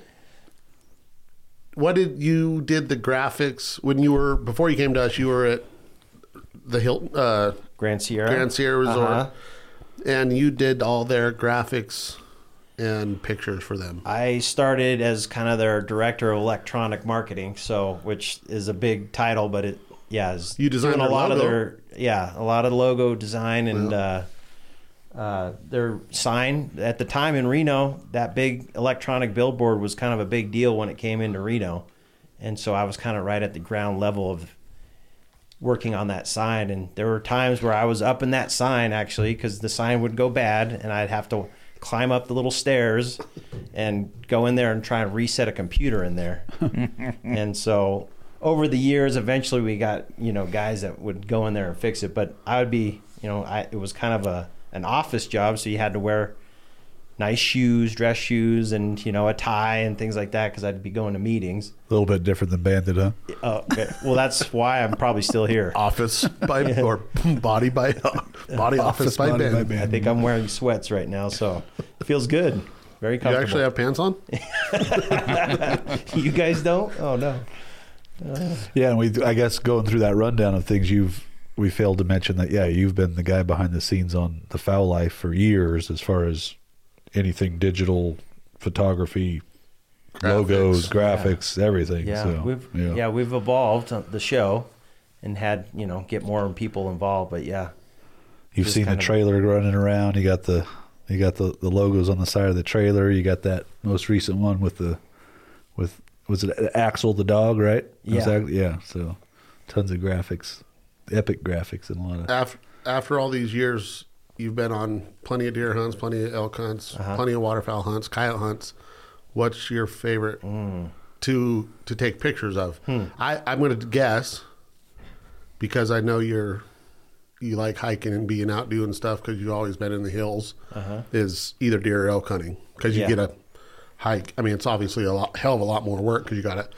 [SPEAKER 1] what did you did the graphics when you were before you came to us? You were at the Hilton uh,
[SPEAKER 3] Grand Sierra.
[SPEAKER 1] Grand Sierra Resort,
[SPEAKER 3] Uh-huh.
[SPEAKER 1] and you did all their graphics and pictures for them.
[SPEAKER 3] I started as kind of their director of electronic marketing, so which is a big title, but it yeah, is
[SPEAKER 1] You designed
[SPEAKER 3] doing a
[SPEAKER 1] their
[SPEAKER 3] lot
[SPEAKER 1] logo.
[SPEAKER 3] of their yeah, a lot of logo design and uh, uh, their sign at the time in Reno. That big electronic billboard was kind of a big deal when it came into Reno, and so I was kind of right at the ground level of working on that sign and there were times where i was up in that sign actually because the sign would go bad and i'd have to climb up the little stairs and go in there and try and reset a computer in there and so over the years eventually we got you know guys that would go in there and fix it but i would be you know I, it was kind of a an office job so you had to wear nice shoes dress shoes and you know a tie and things like that because i'd be going to meetings
[SPEAKER 4] A little bit different than Bandit, huh?
[SPEAKER 3] uh, well that's why i'm probably still here
[SPEAKER 1] Office [laughs] by or body by body office, by
[SPEAKER 4] body
[SPEAKER 1] Ben.
[SPEAKER 4] by Ben.
[SPEAKER 3] I think I'm wearing sweats right now, so it feels good. Very
[SPEAKER 1] You actually
[SPEAKER 3] comfortable.
[SPEAKER 1] have pants on?
[SPEAKER 3] you guys don't? Oh no.
[SPEAKER 4] Yeah, and we I guess going through that rundown of things you've we failed to mention that yeah, you've been the guy behind the scenes on the foul life for years as far as anything digital photography, logos, graphics, everything.
[SPEAKER 3] Yeah,
[SPEAKER 4] so,
[SPEAKER 3] we've
[SPEAKER 4] yeah.
[SPEAKER 3] yeah. we've evolved the show and had you know get more people involved, but yeah,
[SPEAKER 4] You've
[SPEAKER 3] just
[SPEAKER 4] seen the
[SPEAKER 3] kind of-
[SPEAKER 4] trailer running around, you got the you got the, the logos on the side of the trailer, you got that most recent one with the with was it Axel the dog, right?
[SPEAKER 3] Yeah.
[SPEAKER 4] Exactly. Yeah. So tons of graphics. Epic graphics and a lot of
[SPEAKER 3] Uh,
[SPEAKER 1] After after all these years, you've been on plenty of deer hunts, plenty of elk hunts, plenty of waterfowl hunts, coyote hunts. What's your favorite to to take pictures of? I, I'm going to guess because I know you're you like hiking and being out doing stuff because you've always been in the hills. Is either deer or elk hunting because you
[SPEAKER 3] Yeah.
[SPEAKER 1] get a hike. I mean, it's obviously a lot, hell of a lot more work because you got a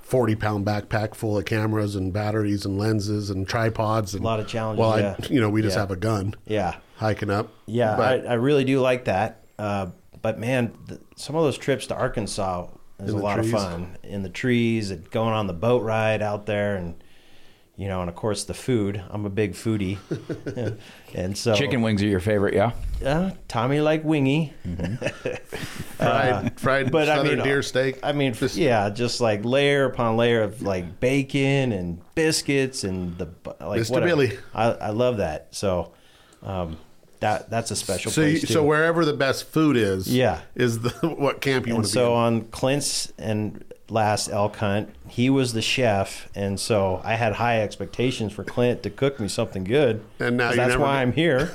[SPEAKER 1] 40 pound backpack full of cameras and batteries and lenses and tripods and
[SPEAKER 3] A lot of challenges,
[SPEAKER 1] Well,
[SPEAKER 3] yeah.
[SPEAKER 1] I, you know, we just
[SPEAKER 3] Yeah.
[SPEAKER 1] have a gun
[SPEAKER 3] yeah,
[SPEAKER 1] hiking up.
[SPEAKER 3] yeah.
[SPEAKER 1] but
[SPEAKER 3] I, I really do like that. Uh, but man, th some of those trips to Arkansas is a
[SPEAKER 1] the
[SPEAKER 3] lot
[SPEAKER 1] trees.
[SPEAKER 3] of fun in the trees and going on the boat ride out there and. You know, and of course the food. I'm a big foodie, [laughs] and so
[SPEAKER 2] Chicken wings are your favorite, yeah.
[SPEAKER 3] Uh, Tommy like wingy,
[SPEAKER 1] fried, [laughs] fried
[SPEAKER 3] uh, but I
[SPEAKER 1] southern
[SPEAKER 3] mean
[SPEAKER 1] deer steak.
[SPEAKER 3] I mean,
[SPEAKER 1] Just-
[SPEAKER 3] yeah, just like layer upon layer of like bacon and biscuits and the bu- like.
[SPEAKER 1] Mr.
[SPEAKER 3] whatever.
[SPEAKER 1] Billy.
[SPEAKER 3] I, I love that. So, um, that that's a special
[SPEAKER 1] so, you,
[SPEAKER 3] place too.
[SPEAKER 1] so wherever the best food is,
[SPEAKER 3] Yeah.
[SPEAKER 1] is the [laughs] what camp you
[SPEAKER 3] and
[SPEAKER 1] want to
[SPEAKER 3] so um,
[SPEAKER 1] be. in.
[SPEAKER 3] on Clint's and last elk hunt, he was the chef, and so I had high expectations for Clint to cook me something good.
[SPEAKER 1] And now you
[SPEAKER 3] 'cause that's
[SPEAKER 1] never
[SPEAKER 3] why
[SPEAKER 1] do.
[SPEAKER 3] I'm
[SPEAKER 1] [laughs]
[SPEAKER 3] here.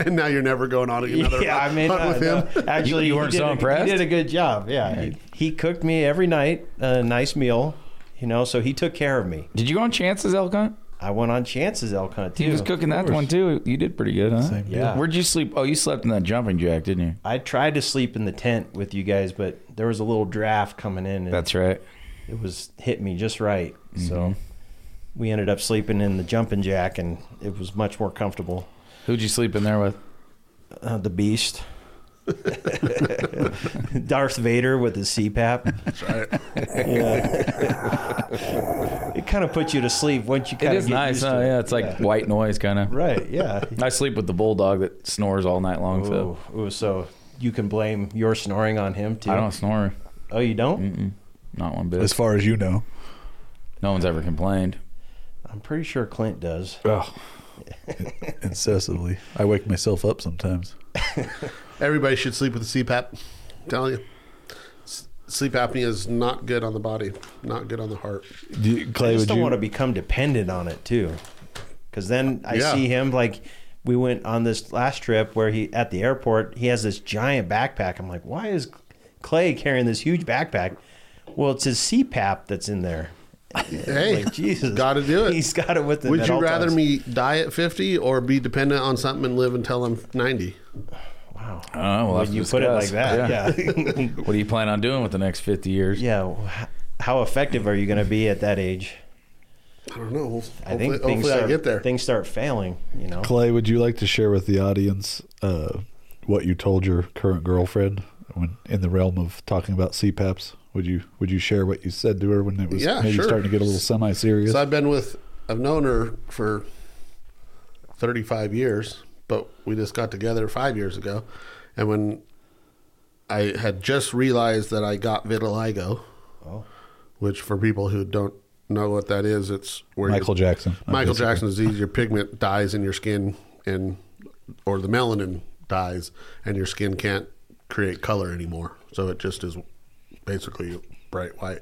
[SPEAKER 1] And now you're never going on another
[SPEAKER 3] [laughs] yeah, I
[SPEAKER 1] hunt,
[SPEAKER 3] mean,
[SPEAKER 1] hunt
[SPEAKER 3] uh,
[SPEAKER 1] with him.
[SPEAKER 3] no, actually,
[SPEAKER 2] You- you
[SPEAKER 3] he
[SPEAKER 2] weren't
[SPEAKER 3] did
[SPEAKER 2] so
[SPEAKER 3] a-
[SPEAKER 2] impressed?
[SPEAKER 3] He did a good job. Yeah, he, he cooked me every night a nice meal. You know, so he took care of me.
[SPEAKER 2] Did you go on Chances Elk Hunt?
[SPEAKER 3] I went on chances elk hunt too.
[SPEAKER 2] He was cooking that one too. You did pretty good, huh?
[SPEAKER 4] Same deal.
[SPEAKER 3] Yeah.
[SPEAKER 2] Where'd you sleep? Oh, you slept in that jumping jack, didn't you?
[SPEAKER 3] I tried to sleep in the tent with you guys, but there was a little draft coming in, and
[SPEAKER 2] That's right. Mm-hmm.
[SPEAKER 3] it was hit me just right. So we ended up sleeping in the jumping jack, and it was much more comfortable.
[SPEAKER 2] Who'd you sleep in there with?
[SPEAKER 3] Uh, the Beast, [laughs] Darth Vader with his CPAP. That's right. it kind of puts you to sleep once you kind
[SPEAKER 2] It
[SPEAKER 3] of
[SPEAKER 2] is
[SPEAKER 3] get
[SPEAKER 2] nice.
[SPEAKER 3] used
[SPEAKER 2] huh?
[SPEAKER 3] to it.
[SPEAKER 2] yeah, it's like white noise kind of.
[SPEAKER 3] Right.
[SPEAKER 2] [laughs]
[SPEAKER 3] Yeah.
[SPEAKER 2] I sleep with the bulldog that snores all night long.
[SPEAKER 3] Ooh,
[SPEAKER 2] So
[SPEAKER 3] ooh, so you can blame your snoring on him too.
[SPEAKER 2] I don't snore,
[SPEAKER 3] Oh, you don't?
[SPEAKER 2] not one bit.
[SPEAKER 4] as far as you know.
[SPEAKER 2] no one's ever complained.
[SPEAKER 3] I'm pretty sure Clint does.
[SPEAKER 4] Oh. [laughs] Incessantly. I wake myself up sometimes.
[SPEAKER 1] Everybody should sleep with a CPAP. I'm telling you. S- Sleep apnea is not good on the body, not good on the heart.
[SPEAKER 4] Do you,
[SPEAKER 3] I
[SPEAKER 4] Clay,
[SPEAKER 3] just
[SPEAKER 4] would
[SPEAKER 3] don't
[SPEAKER 4] you?
[SPEAKER 3] want to become dependent on it too, because then I
[SPEAKER 1] Yeah.
[SPEAKER 3] see him like we went on this last trip where he at the airport he has this giant backpack. I'm like, why is Clay carrying this huge backpack? Well, it's his CPAP that's
[SPEAKER 1] [laughs]
[SPEAKER 3] in there.
[SPEAKER 1] Hey,
[SPEAKER 3] Like, Jesus,
[SPEAKER 1] gotta do it.
[SPEAKER 3] He's got it with him.
[SPEAKER 1] Would
[SPEAKER 3] at
[SPEAKER 1] you
[SPEAKER 3] all
[SPEAKER 1] rather
[SPEAKER 3] times.
[SPEAKER 1] me die at 50 or be dependent on something and live until I'm 90?
[SPEAKER 3] Wow.
[SPEAKER 2] I don't know. We'll have
[SPEAKER 3] when
[SPEAKER 2] to
[SPEAKER 3] you put it like
[SPEAKER 2] discuss.
[SPEAKER 3] that,
[SPEAKER 1] [laughs]
[SPEAKER 3] yeah. [laughs]
[SPEAKER 2] What do you plan on doing with the next fifty years?
[SPEAKER 3] yeah. well, h- How effective are you going to be at that age?
[SPEAKER 1] I don't know.
[SPEAKER 3] I think
[SPEAKER 1] hopefully,
[SPEAKER 3] things
[SPEAKER 1] hopefully
[SPEAKER 3] start,
[SPEAKER 1] I get there.
[SPEAKER 3] Things start failing. You know.
[SPEAKER 4] Clay, would you like to share with the audience uh, what you told your current girlfriend when in the realm of talking about CPAPs? Would you would you share what you said to her when it was
[SPEAKER 1] Yeah,
[SPEAKER 4] maybe
[SPEAKER 1] sure.
[SPEAKER 4] starting to get a little semi serious?
[SPEAKER 1] So I've been with, I've known her for 35 years, but we just got together five years ago. And when I had just realized that I got vitiligo,
[SPEAKER 3] Oh.
[SPEAKER 1] which for people who don't know what that is, it's where you-
[SPEAKER 4] Michael Jackson.
[SPEAKER 1] Michael
[SPEAKER 4] Basically.
[SPEAKER 1] Jackson disease, your pigment dies in your skin, and or the melanin dies, and your skin can't create color anymore. So it just is basically bright white.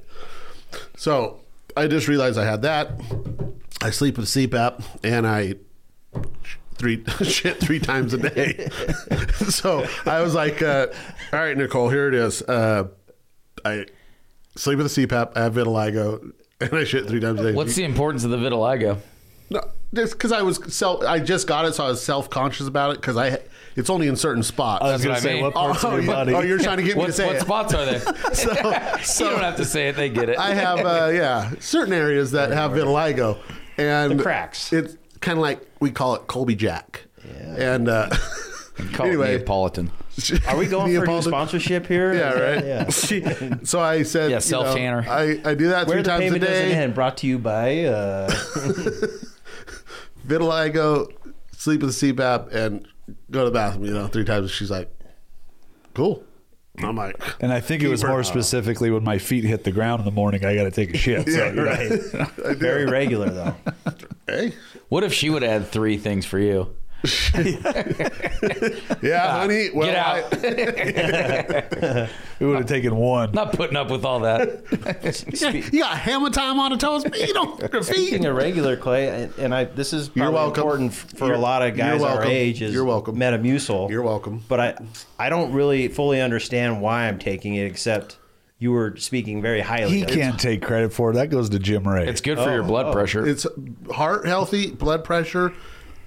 [SPEAKER 1] So I just realized I had that. I sleep with CPAP, and I three [laughs] shit three times a day. [laughs] so I was like, uh, all right, Nicole, here it is. Uh, I sleep with a CPAP. I have vitiligo. [laughs] And I shit three times a day.
[SPEAKER 2] What's the importance of the vitiligo?
[SPEAKER 1] No, just because I was self, I just got it, so I was self conscious about it because I, it's only in certain spots.
[SPEAKER 4] I was
[SPEAKER 2] Oh,
[SPEAKER 4] going
[SPEAKER 2] what
[SPEAKER 4] to
[SPEAKER 2] I
[SPEAKER 4] say
[SPEAKER 2] mean.
[SPEAKER 4] what parts of your
[SPEAKER 1] yeah.
[SPEAKER 4] body.
[SPEAKER 1] Oh, you're trying to get me to
[SPEAKER 2] What,
[SPEAKER 1] say
[SPEAKER 2] what
[SPEAKER 1] it.
[SPEAKER 2] spots are
[SPEAKER 3] [laughs]
[SPEAKER 2] there?
[SPEAKER 1] So,
[SPEAKER 2] you don't
[SPEAKER 1] so
[SPEAKER 2] have to say it; they get it.
[SPEAKER 1] I have, uh, yeah, certain areas that have vitiligo, and
[SPEAKER 3] The cracks.
[SPEAKER 1] It's kind of like we call it Colby Jack.
[SPEAKER 3] Yeah.
[SPEAKER 1] And uh, [laughs]
[SPEAKER 2] Call
[SPEAKER 1] anyway.
[SPEAKER 2] it Neapolitan.
[SPEAKER 1] [laughs]
[SPEAKER 3] Are we going for a new
[SPEAKER 1] Neapolitan-
[SPEAKER 3] sponsorship
[SPEAKER 1] [laughs]
[SPEAKER 3] here?
[SPEAKER 1] Yeah,
[SPEAKER 3] Is that-
[SPEAKER 1] right.
[SPEAKER 3] Yeah.
[SPEAKER 1] She- so I said,
[SPEAKER 2] Yeah,
[SPEAKER 1] you know,
[SPEAKER 2] self-tanner.
[SPEAKER 1] I, I do that
[SPEAKER 3] Where
[SPEAKER 1] three
[SPEAKER 3] the
[SPEAKER 1] times a
[SPEAKER 3] payment doesn't
[SPEAKER 1] day.
[SPEAKER 3] end. Brought to you
[SPEAKER 1] [laughs]
[SPEAKER 3] by. Uh,
[SPEAKER 1] Vitiligo, sleep with a CPAP, and go to the bathroom. You know, three times. She's like, cool. I'm
[SPEAKER 3] [laughs]
[SPEAKER 1] like,
[SPEAKER 4] And I think it was
[SPEAKER 1] Keeper.
[SPEAKER 4] more specifically when my feet hit the ground in the morning, I got to take
[SPEAKER 1] [laughs]
[SPEAKER 4] a shit. So, you know.
[SPEAKER 3] right. Very regular though. [laughs]
[SPEAKER 1] hey, [laughs]
[SPEAKER 2] What if she would add three things for you?
[SPEAKER 1] yeah, honey. Well,
[SPEAKER 2] Get out!
[SPEAKER 1] I, [laughs]
[SPEAKER 4] It would have taken one.
[SPEAKER 2] Not putting up with all that.
[SPEAKER 1] you got hammer time on the toes. but You don't your feet.
[SPEAKER 3] Speaking of regular clay, and, and I this is
[SPEAKER 1] You're
[SPEAKER 3] probably
[SPEAKER 1] welcome.
[SPEAKER 3] important f- for
[SPEAKER 1] You're-
[SPEAKER 3] a lot of
[SPEAKER 1] you're
[SPEAKER 3] guys our
[SPEAKER 1] welcome.
[SPEAKER 3] age is
[SPEAKER 1] You're welcome.
[SPEAKER 3] Metamucil.
[SPEAKER 1] You're welcome.
[SPEAKER 3] But I I don't really fully understand why I'm taking it except you were speaking very highly.
[SPEAKER 4] He
[SPEAKER 3] of it.
[SPEAKER 4] can't take credit for it. That goes to Jim Ray.
[SPEAKER 2] It's
[SPEAKER 3] [laughs]
[SPEAKER 2] good for
[SPEAKER 3] Oh,
[SPEAKER 2] your blood pressure.
[SPEAKER 1] It's heart healthy, blood pressure,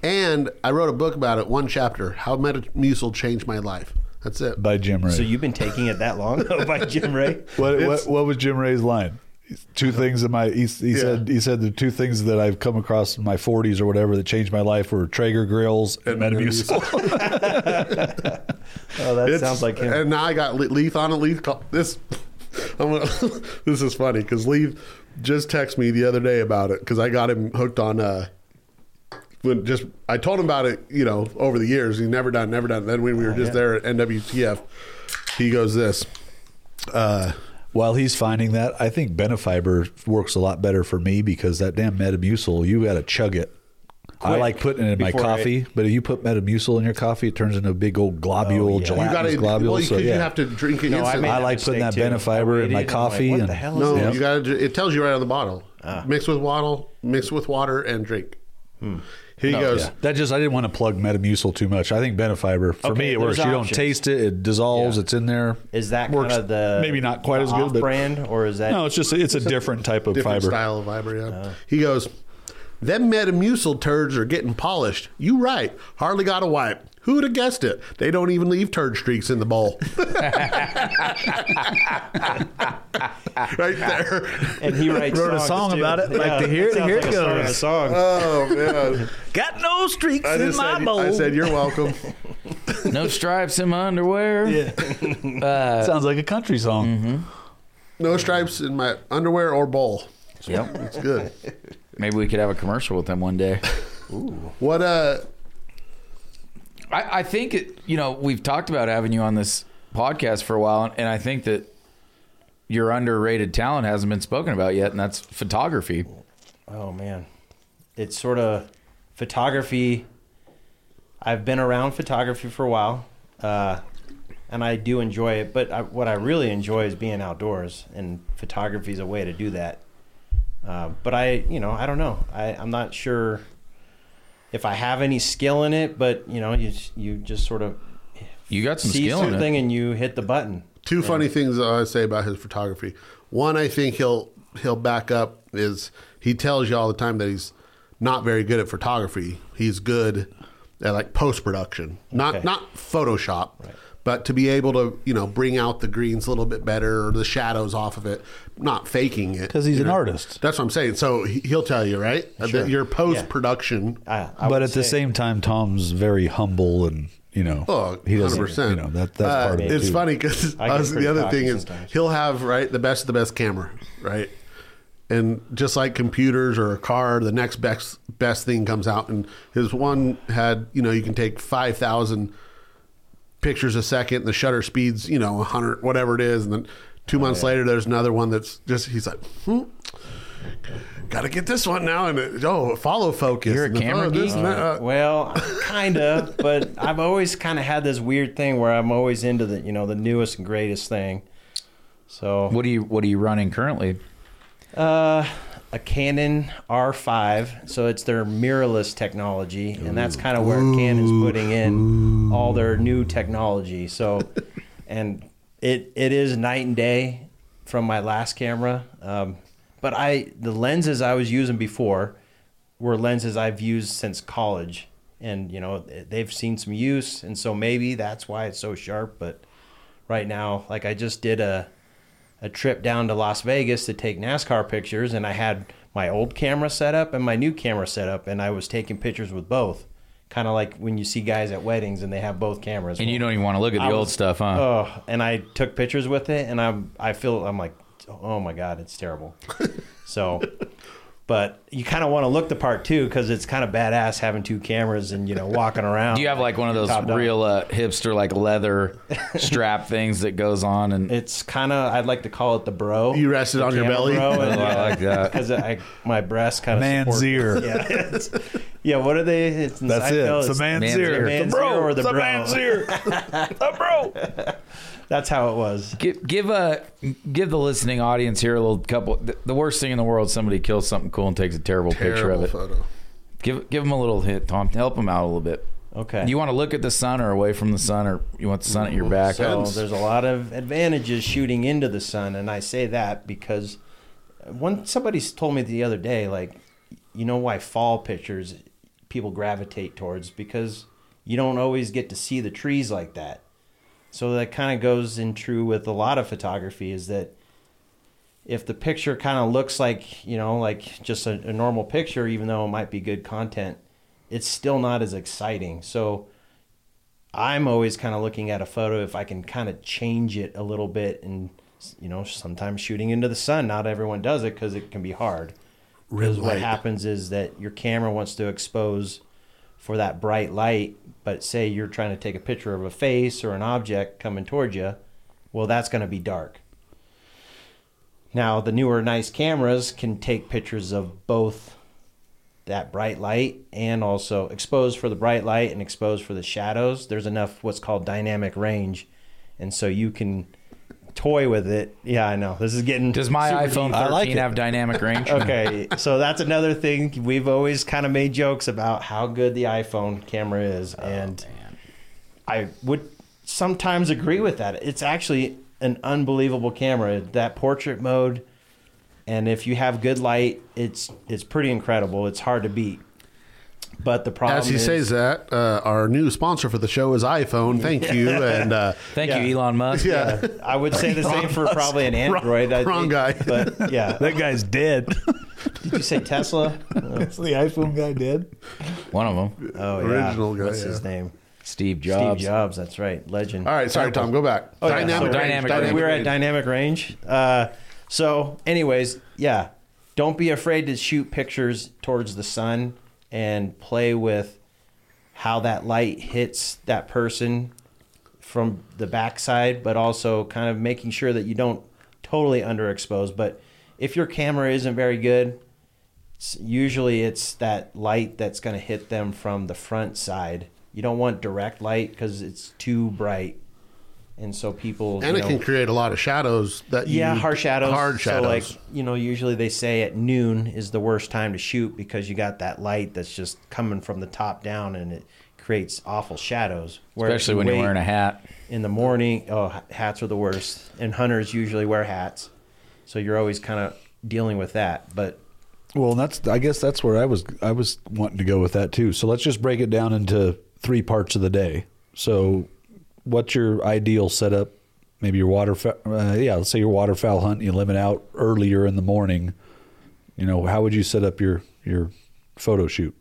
[SPEAKER 1] and I wrote a book about it. One chapter: How Metamucil changed my life. That's it.
[SPEAKER 4] by Jim Ray.
[SPEAKER 3] So you've been taking it that long [laughs] though by Jim
[SPEAKER 1] [laughs]
[SPEAKER 3] Ray?
[SPEAKER 4] What, what what was Jim Ray's line? Two things in my he, he said he said the two things that I've come across in my 40s or whatever that changed my life were Traeger grills and Metamucil.
[SPEAKER 3] Oh, that
[SPEAKER 1] It's-
[SPEAKER 3] sounds like him.
[SPEAKER 1] And now I got Le- Leith on it. Leith, call, this [laughs] I'm gonna, [laughs] this is funny because Leith just texted me the other day about it because I got him hooked on. Uh, when just I told him about it, you know, over the years, he's never done, never done. Then when we
[SPEAKER 3] Oh,
[SPEAKER 1] were just there at NWTF, he goes this. Uh,
[SPEAKER 4] [laughs] While he's finding that, I think Benefiber works a lot better for me because that damn Metamucil, you got to chug it. I
[SPEAKER 3] Quick,
[SPEAKER 4] like putting it in my
[SPEAKER 3] before I-
[SPEAKER 4] coffee, but if you put Metamucil in your coffee, it turns into a big old globule,
[SPEAKER 3] yeah. You
[SPEAKER 1] you got
[SPEAKER 4] gelatinous
[SPEAKER 1] to
[SPEAKER 4] globule.
[SPEAKER 1] well, you,
[SPEAKER 4] so,
[SPEAKER 1] 'cause you
[SPEAKER 4] yeah.
[SPEAKER 1] have to drink it.
[SPEAKER 3] No, I
[SPEAKER 1] instantly.
[SPEAKER 3] made
[SPEAKER 4] I like putting that
[SPEAKER 3] mistake, too.
[SPEAKER 4] Benefiber in
[SPEAKER 3] Waited,
[SPEAKER 4] my
[SPEAKER 3] I'm like,
[SPEAKER 4] coffee.
[SPEAKER 3] what the
[SPEAKER 4] and-
[SPEAKER 3] hell
[SPEAKER 1] No,
[SPEAKER 3] is
[SPEAKER 1] you got to. It tells you right on the bottle. Mix with water. Mix with water and drink. He goes.
[SPEAKER 4] Yeah. That just I didn't want to plug Metamucil too much. I think Benefiber for
[SPEAKER 3] Okay,
[SPEAKER 4] me it
[SPEAKER 3] there's
[SPEAKER 4] works. You don't
[SPEAKER 3] options.
[SPEAKER 4] taste it; it dissolves.
[SPEAKER 3] Yeah.
[SPEAKER 4] It's in there.
[SPEAKER 3] Is that
[SPEAKER 4] Works
[SPEAKER 3] kind of the
[SPEAKER 4] maybe not quite
[SPEAKER 3] the
[SPEAKER 4] as good, but
[SPEAKER 3] brand or is that
[SPEAKER 4] no, it's just it's a different type of
[SPEAKER 1] different
[SPEAKER 4] fiber.
[SPEAKER 1] style of fiber. Yeah. he goes, them Metamucil turds are getting polished. You right. Hardly got a wipe. Who would have guessed it? They don't even leave turd streaks in the bowl. [laughs] right there.
[SPEAKER 3] And he writes
[SPEAKER 5] Wrote a
[SPEAKER 3] songs,
[SPEAKER 5] song
[SPEAKER 3] too.
[SPEAKER 5] about it. Like, to hear-
[SPEAKER 3] sounds
[SPEAKER 5] here it
[SPEAKER 3] like a start
[SPEAKER 5] goes.
[SPEAKER 3] of
[SPEAKER 5] Uh,
[SPEAKER 3] a song.
[SPEAKER 1] Oh man!
[SPEAKER 5] Got no streaks
[SPEAKER 1] I
[SPEAKER 5] in
[SPEAKER 1] just
[SPEAKER 5] my
[SPEAKER 1] said,
[SPEAKER 5] bowl.
[SPEAKER 1] I said you're welcome.
[SPEAKER 2] No stripes in my
[SPEAKER 3] [laughs]
[SPEAKER 2] underwear.
[SPEAKER 4] Sounds like a country song.
[SPEAKER 3] Mm-hmm.
[SPEAKER 1] No stripes in my underwear or bowl.
[SPEAKER 2] Yep.
[SPEAKER 1] It's good.
[SPEAKER 2] Maybe we could have a commercial with them one day.
[SPEAKER 1] What uh?
[SPEAKER 2] I, I think it, you know we've talked about having you on this podcast for a while, and I think that your underrated talent hasn't been spoken about yet, and that's photography.
[SPEAKER 3] Oh man, it's sort of photography. I've been around photography for a while, uh, and I do enjoy it. But I, what I really enjoy is being outdoors, and photography is a way to do that. Uh, but I, you know, I don't know. I, I'm not sure if I have any skill in it. But you know, you s- you just sort of
[SPEAKER 2] You got some
[SPEAKER 3] see
[SPEAKER 2] skill in
[SPEAKER 3] something
[SPEAKER 2] it.
[SPEAKER 3] and you hit the button.
[SPEAKER 1] Two funny things I would say about his photography. One, I think he'll he'll back up is he tells you all the time that he's not very good at photography. He's good at like post production, not
[SPEAKER 3] Okay.
[SPEAKER 1] not Photoshop, but to be able to you know bring out the greens a little bit better or the shadows off of it, not faking it
[SPEAKER 4] 'Cause he's
[SPEAKER 1] you
[SPEAKER 4] an artist.
[SPEAKER 1] That's what I'm saying. So he- he'll tell you right that your post production.
[SPEAKER 3] I, I
[SPEAKER 4] but
[SPEAKER 3] would
[SPEAKER 4] at the
[SPEAKER 3] say-
[SPEAKER 4] same time, Tom's very humble and you know
[SPEAKER 1] Oh,
[SPEAKER 4] he doesn't.
[SPEAKER 1] 100%.
[SPEAKER 4] You know that that's
[SPEAKER 1] Uh,
[SPEAKER 4] part of it.
[SPEAKER 1] It's
[SPEAKER 4] too.
[SPEAKER 1] funny because
[SPEAKER 3] I get pretty
[SPEAKER 1] the other
[SPEAKER 3] cocky
[SPEAKER 1] thing is
[SPEAKER 3] sometimes.
[SPEAKER 1] he'll have right the best of the best camera, right? And just like computers or a car, the next best best thing comes out, and his one had you know you can take five thousand pictures a second, and the shutter speeds you know hundred whatever it is, and then
[SPEAKER 4] Oh,
[SPEAKER 1] two months later there's another one that's just he's like. Hmm. Got to get this one now, and it, oh, follow focus.
[SPEAKER 2] You're a
[SPEAKER 1] and the-
[SPEAKER 2] camera
[SPEAKER 1] oh, this
[SPEAKER 2] geek?
[SPEAKER 1] and that, uh,
[SPEAKER 3] Well, kind of, but I've always kind of had this weird thing where I'm always into the you know the newest and greatest thing. So
[SPEAKER 2] What are you What are you running currently?
[SPEAKER 3] uh, a Canon R5, so it's their mirrorless technology, and that's kind of where Canon's putting in all their new technology. So, and it it is night and day from my last camera. Um, but I the lenses I was using before were lenses I've used since college, and you know they've seen some use, and so maybe that's why it's so sharp. But right now, like I just did a a trip down to Las Vegas to take NASCAR pictures, and I had my old camera set up and my new camera set up, and I was taking pictures with both. Kind of like when you see guys at weddings and they have both cameras.
[SPEAKER 2] And you
[SPEAKER 3] Well,
[SPEAKER 2] don't even want to look at the
[SPEAKER 3] I
[SPEAKER 2] old
[SPEAKER 3] was-
[SPEAKER 2] stuff, huh?
[SPEAKER 3] Oh, and I took pictures with it, and I'm I feel I'm like, oh my god, it's
[SPEAKER 2] [laughs]
[SPEAKER 3] terrible. so, but you kind of want to look the part too because it's kind of badass having two cameras and you know walking around.
[SPEAKER 2] Do you have like one of those
[SPEAKER 3] Top down.
[SPEAKER 2] real uh, hipster like
[SPEAKER 3] [laughs]
[SPEAKER 2] leather strap things that goes on and
[SPEAKER 3] It's kind of I'd like to call it the bro.
[SPEAKER 1] You rest it
[SPEAKER 3] The
[SPEAKER 1] on your
[SPEAKER 3] camera
[SPEAKER 1] belly?
[SPEAKER 2] Oh, [laughs]
[SPEAKER 1] [laughs]
[SPEAKER 2] I like
[SPEAKER 3] [laughs]
[SPEAKER 2] that.
[SPEAKER 3] because I my breast kind of
[SPEAKER 4] man's ear.
[SPEAKER 3] [laughs] Yeah, it's- [laughs] yeah. What are they? It's in
[SPEAKER 4] That's it.
[SPEAKER 3] Seinfeld,
[SPEAKER 4] It's a man's,
[SPEAKER 2] man's
[SPEAKER 4] ear.
[SPEAKER 2] ear.
[SPEAKER 4] It's a
[SPEAKER 3] Man's
[SPEAKER 4] bro.
[SPEAKER 3] ear or the
[SPEAKER 4] it's a
[SPEAKER 3] bro.
[SPEAKER 4] man's ear. the bro.
[SPEAKER 3] [laughs] That's how it was.
[SPEAKER 2] Give give a give the listening audience here a little couple. The, the worst thing in the world, somebody kills something cool and takes a terrible, picture of
[SPEAKER 1] terrible
[SPEAKER 2] it.
[SPEAKER 1] photo.
[SPEAKER 2] Give give them a little hit, Tom. Help them out a little bit.
[SPEAKER 3] Okay.
[SPEAKER 2] You want to look at the sun or away from the sun, or you want the sun at your back.
[SPEAKER 3] So there's a lot of advantages shooting into the sun, and I say that because one somebody told me the other day, like, you know why fall pictures people gravitate towards because you don't always get to see the trees like that. So that kind of goes in true with a lot of photography is that if the picture kind of looks like you know like just a, a normal picture, even though it might be good content, it's still not as exciting. So I'm always kind of looking at a photo if I can kind of change it a little bit and you know sometimes shooting into the sun not everyone does it cuz it can be hard. Cuz what
[SPEAKER 1] light.
[SPEAKER 3] happens is that your camera wants to expose for that bright light, but say you're trying to take a picture of a face or an object coming towards you, well that's going to be dark. Now the newer nice cameras can take pictures of both that bright light and also exposed for the bright light and exposed for the shadows. There's enough what's called dynamic range, and so you can toy with it. Yeah, I know this is getting.
[SPEAKER 2] Does my
[SPEAKER 3] super
[SPEAKER 2] iPhone 13
[SPEAKER 3] deep.
[SPEAKER 2] have dynamic
[SPEAKER 3] [laughs]
[SPEAKER 2] range?
[SPEAKER 4] [laughs]
[SPEAKER 3] Okay, so that's another thing we've always kind of made jokes about how good the iPhone camera is,
[SPEAKER 4] Oh,
[SPEAKER 3] and I would sometimes agree with that. It's actually an unbelievable camera. That portrait mode, and if you have good light, it's it's pretty incredible. It's hard to beat. But the problem
[SPEAKER 1] As he
[SPEAKER 3] is,
[SPEAKER 1] says that, uh, our new sponsor for the show is iPhone. Thank you, and uh,
[SPEAKER 2] Thank
[SPEAKER 3] Yeah.
[SPEAKER 2] you, Elon
[SPEAKER 1] [laughs]
[SPEAKER 2] Musk.
[SPEAKER 1] yeah,
[SPEAKER 3] uh, I would
[SPEAKER 1] [laughs]
[SPEAKER 3] say the same for probably an
[SPEAKER 1] Wrong-
[SPEAKER 3] Android. I
[SPEAKER 1] wrong
[SPEAKER 3] think.
[SPEAKER 1] guy.
[SPEAKER 3] But yeah,
[SPEAKER 4] [laughs] That guy's dead.
[SPEAKER 3] did you say Tesla?
[SPEAKER 4] [laughs] Is the iPhone guy dead?
[SPEAKER 2] One of them,
[SPEAKER 3] Oh,
[SPEAKER 1] Original
[SPEAKER 3] yeah.
[SPEAKER 1] guy,
[SPEAKER 3] What's his
[SPEAKER 1] yeah.
[SPEAKER 3] name?
[SPEAKER 2] Steve Jobs.
[SPEAKER 3] Steve Jobs. That's right. Legend.
[SPEAKER 1] All right, sorry, Tom. Go back.
[SPEAKER 3] Oh, yeah.
[SPEAKER 1] dynamic,
[SPEAKER 2] So
[SPEAKER 1] range,
[SPEAKER 2] dynamic
[SPEAKER 1] dynamic
[SPEAKER 2] range.
[SPEAKER 3] we're at
[SPEAKER 1] range.
[SPEAKER 3] dynamic range. Uh, so, anyways, yeah, don't be afraid to shoot pictures towards the sun and play with how that light hits that person from the backside, but also kind of making sure that you don't totally underexpose. But if your camera isn't very good, it's- usually it's that light that's going to hit them from the front side. You don't want direct light because it's too bright. And so people
[SPEAKER 1] and
[SPEAKER 3] you
[SPEAKER 1] it
[SPEAKER 3] know,
[SPEAKER 1] can create a lot of shadows that you,
[SPEAKER 3] yeah, harsh shadows.
[SPEAKER 1] hard shadows.
[SPEAKER 3] So like you know, usually they say at noon is the worst time to shoot because you got that light that's just coming from the top down and it creates awful shadows. Where
[SPEAKER 2] Especially
[SPEAKER 3] if you
[SPEAKER 2] when you're
[SPEAKER 3] wait
[SPEAKER 2] wearing a hat.
[SPEAKER 3] in the morning. Oh, h- hats are the worst, and hunters usually wear hats, so you're always kind of dealing with that. But
[SPEAKER 4] Well, that's I guess that's where I was I was wanting to go with that too. So let's just break it down into three parts of the day. So what's your ideal setup? Maybe your waterfowl uh, yeah, let's say your waterfowl hunt you limit out earlier in the morning. You know, how would you set up your your photo shoot?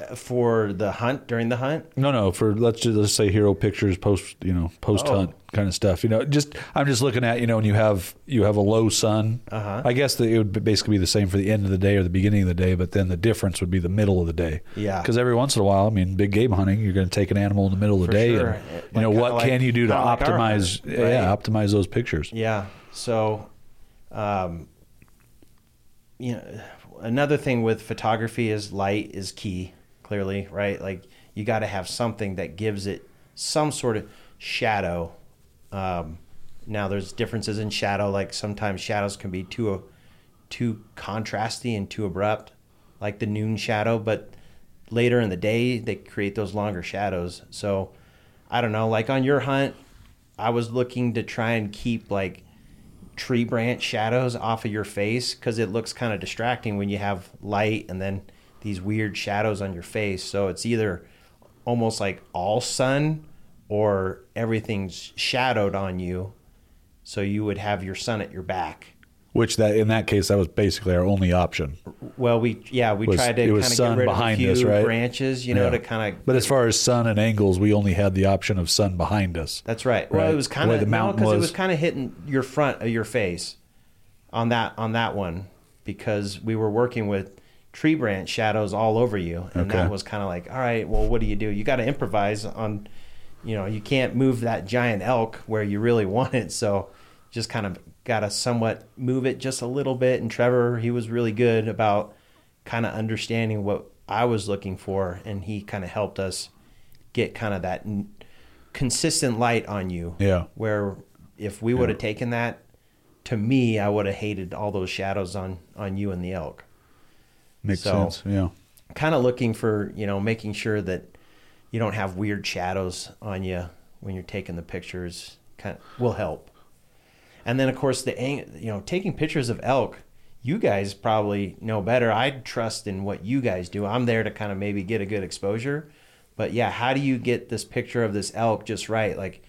[SPEAKER 3] uh, for the hunt during the hunt,
[SPEAKER 4] No, no, for let's just let's say hero pictures post, you know, post
[SPEAKER 3] Oh.
[SPEAKER 4] hunt kind of stuff. You know, just I'm just looking at, you know, when you have you have a low sun.
[SPEAKER 3] Uh-huh.
[SPEAKER 4] I guess that it would basically be the same for the end of the day or the beginning of the day, but then the difference would be the middle of the day.
[SPEAKER 3] Yeah.
[SPEAKER 4] Because every once in a while, I mean, big game hunting, you're going to take an animal in the middle of the
[SPEAKER 3] For
[SPEAKER 4] day,
[SPEAKER 3] sure.
[SPEAKER 4] and
[SPEAKER 3] It-
[SPEAKER 4] you know
[SPEAKER 3] like,
[SPEAKER 4] what
[SPEAKER 3] kinda
[SPEAKER 4] can
[SPEAKER 3] like-
[SPEAKER 4] you do to
[SPEAKER 3] kinda like our hunt,
[SPEAKER 4] optimize?
[SPEAKER 3] right?
[SPEAKER 4] Yeah, optimize those pictures.
[SPEAKER 3] Yeah. So, um, you know, another thing with photography is light is key, clearly, right? Like you got to have something that gives it some sort of shadow. Um, now there's differences in shadow. Like sometimes shadows can be too, too contrasty and too abrupt, like the noon shadow. But later in the day, they create those longer shadows. So, I don't know. Like on your hunt, I was looking to try and keep like tree branch shadows off of your face because it looks kind of distracting when you have light and then these weird shadows on your face. So it's either almost like all sun or everything's shadowed on you. So you would have your sun at your back.
[SPEAKER 4] Which that in that case, that was basically our only option.
[SPEAKER 3] Well, we yeah we
[SPEAKER 4] Was-
[SPEAKER 3] tried to
[SPEAKER 4] it
[SPEAKER 3] kind
[SPEAKER 4] was
[SPEAKER 3] of get
[SPEAKER 4] sun
[SPEAKER 3] rid
[SPEAKER 4] behind
[SPEAKER 3] of a
[SPEAKER 4] us,
[SPEAKER 3] few
[SPEAKER 4] right?
[SPEAKER 3] branches, you know,
[SPEAKER 4] Yeah.
[SPEAKER 3] to kind of.
[SPEAKER 4] But as far as sun and angles, we only had the option of sun behind us.
[SPEAKER 3] That's right. Well,
[SPEAKER 4] Right.
[SPEAKER 3] it was
[SPEAKER 4] The
[SPEAKER 3] kind
[SPEAKER 4] way
[SPEAKER 3] of
[SPEAKER 4] the mountain
[SPEAKER 3] because it
[SPEAKER 4] was.
[SPEAKER 3] was kind of hitting your front of your face on that on that one because we were working with tree branch shadows all over you, and that
[SPEAKER 4] Okay.
[SPEAKER 3] was kind of like, all right, well, what do you do? You got to improvise on, you know, you can't move that giant elk where you really want it, so just kind of got to somewhat move it just a little bit. And Trevor, he was really good about kind of understanding what I was looking for, and he kind of helped us get kind of that n- consistent light on you.
[SPEAKER 4] Yeah.
[SPEAKER 3] Where if we would have taken that, to me, I would have hated all those shadows on on you and the elk.
[SPEAKER 4] Makes
[SPEAKER 3] So-
[SPEAKER 4] sense. Yeah.
[SPEAKER 3] Kind of looking for you know making sure that you don't have weird shadows on you when you're taking the pictures. Kind of will help. And then of course the ang- you know taking pictures of elk. You guys probably know better. I trust in what you guys do. I'm there to kind of maybe get a good exposure. But yeah, how do you get this picture of this elk just right? Like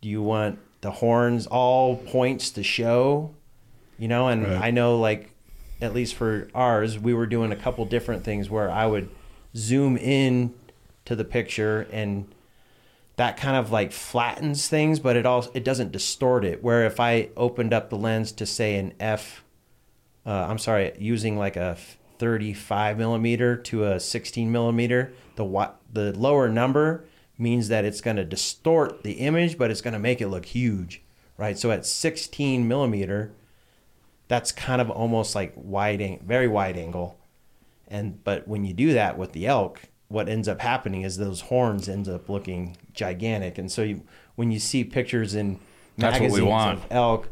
[SPEAKER 3] do you want the horns all points to show you know and
[SPEAKER 4] Right.
[SPEAKER 3] i know like at least for ours we were doing a couple different things where i would zoom in to the picture and that kind of like flattens things but it also it doesn't distort it where if i opened up the lens to say an f uh, i'm sorry using like a 35 millimeter to a 16 millimeter the wa- the lower number means that it's going to distort the image but it's going to make it look huge right so at 16 millimeter that's kind of almost like wide ang- very wide angle and but when you do that with the elk what ends up happening is those horns end up looking gigantic and so you, when you see pictures in
[SPEAKER 2] That's what
[SPEAKER 3] magazines
[SPEAKER 2] we want.
[SPEAKER 3] of elk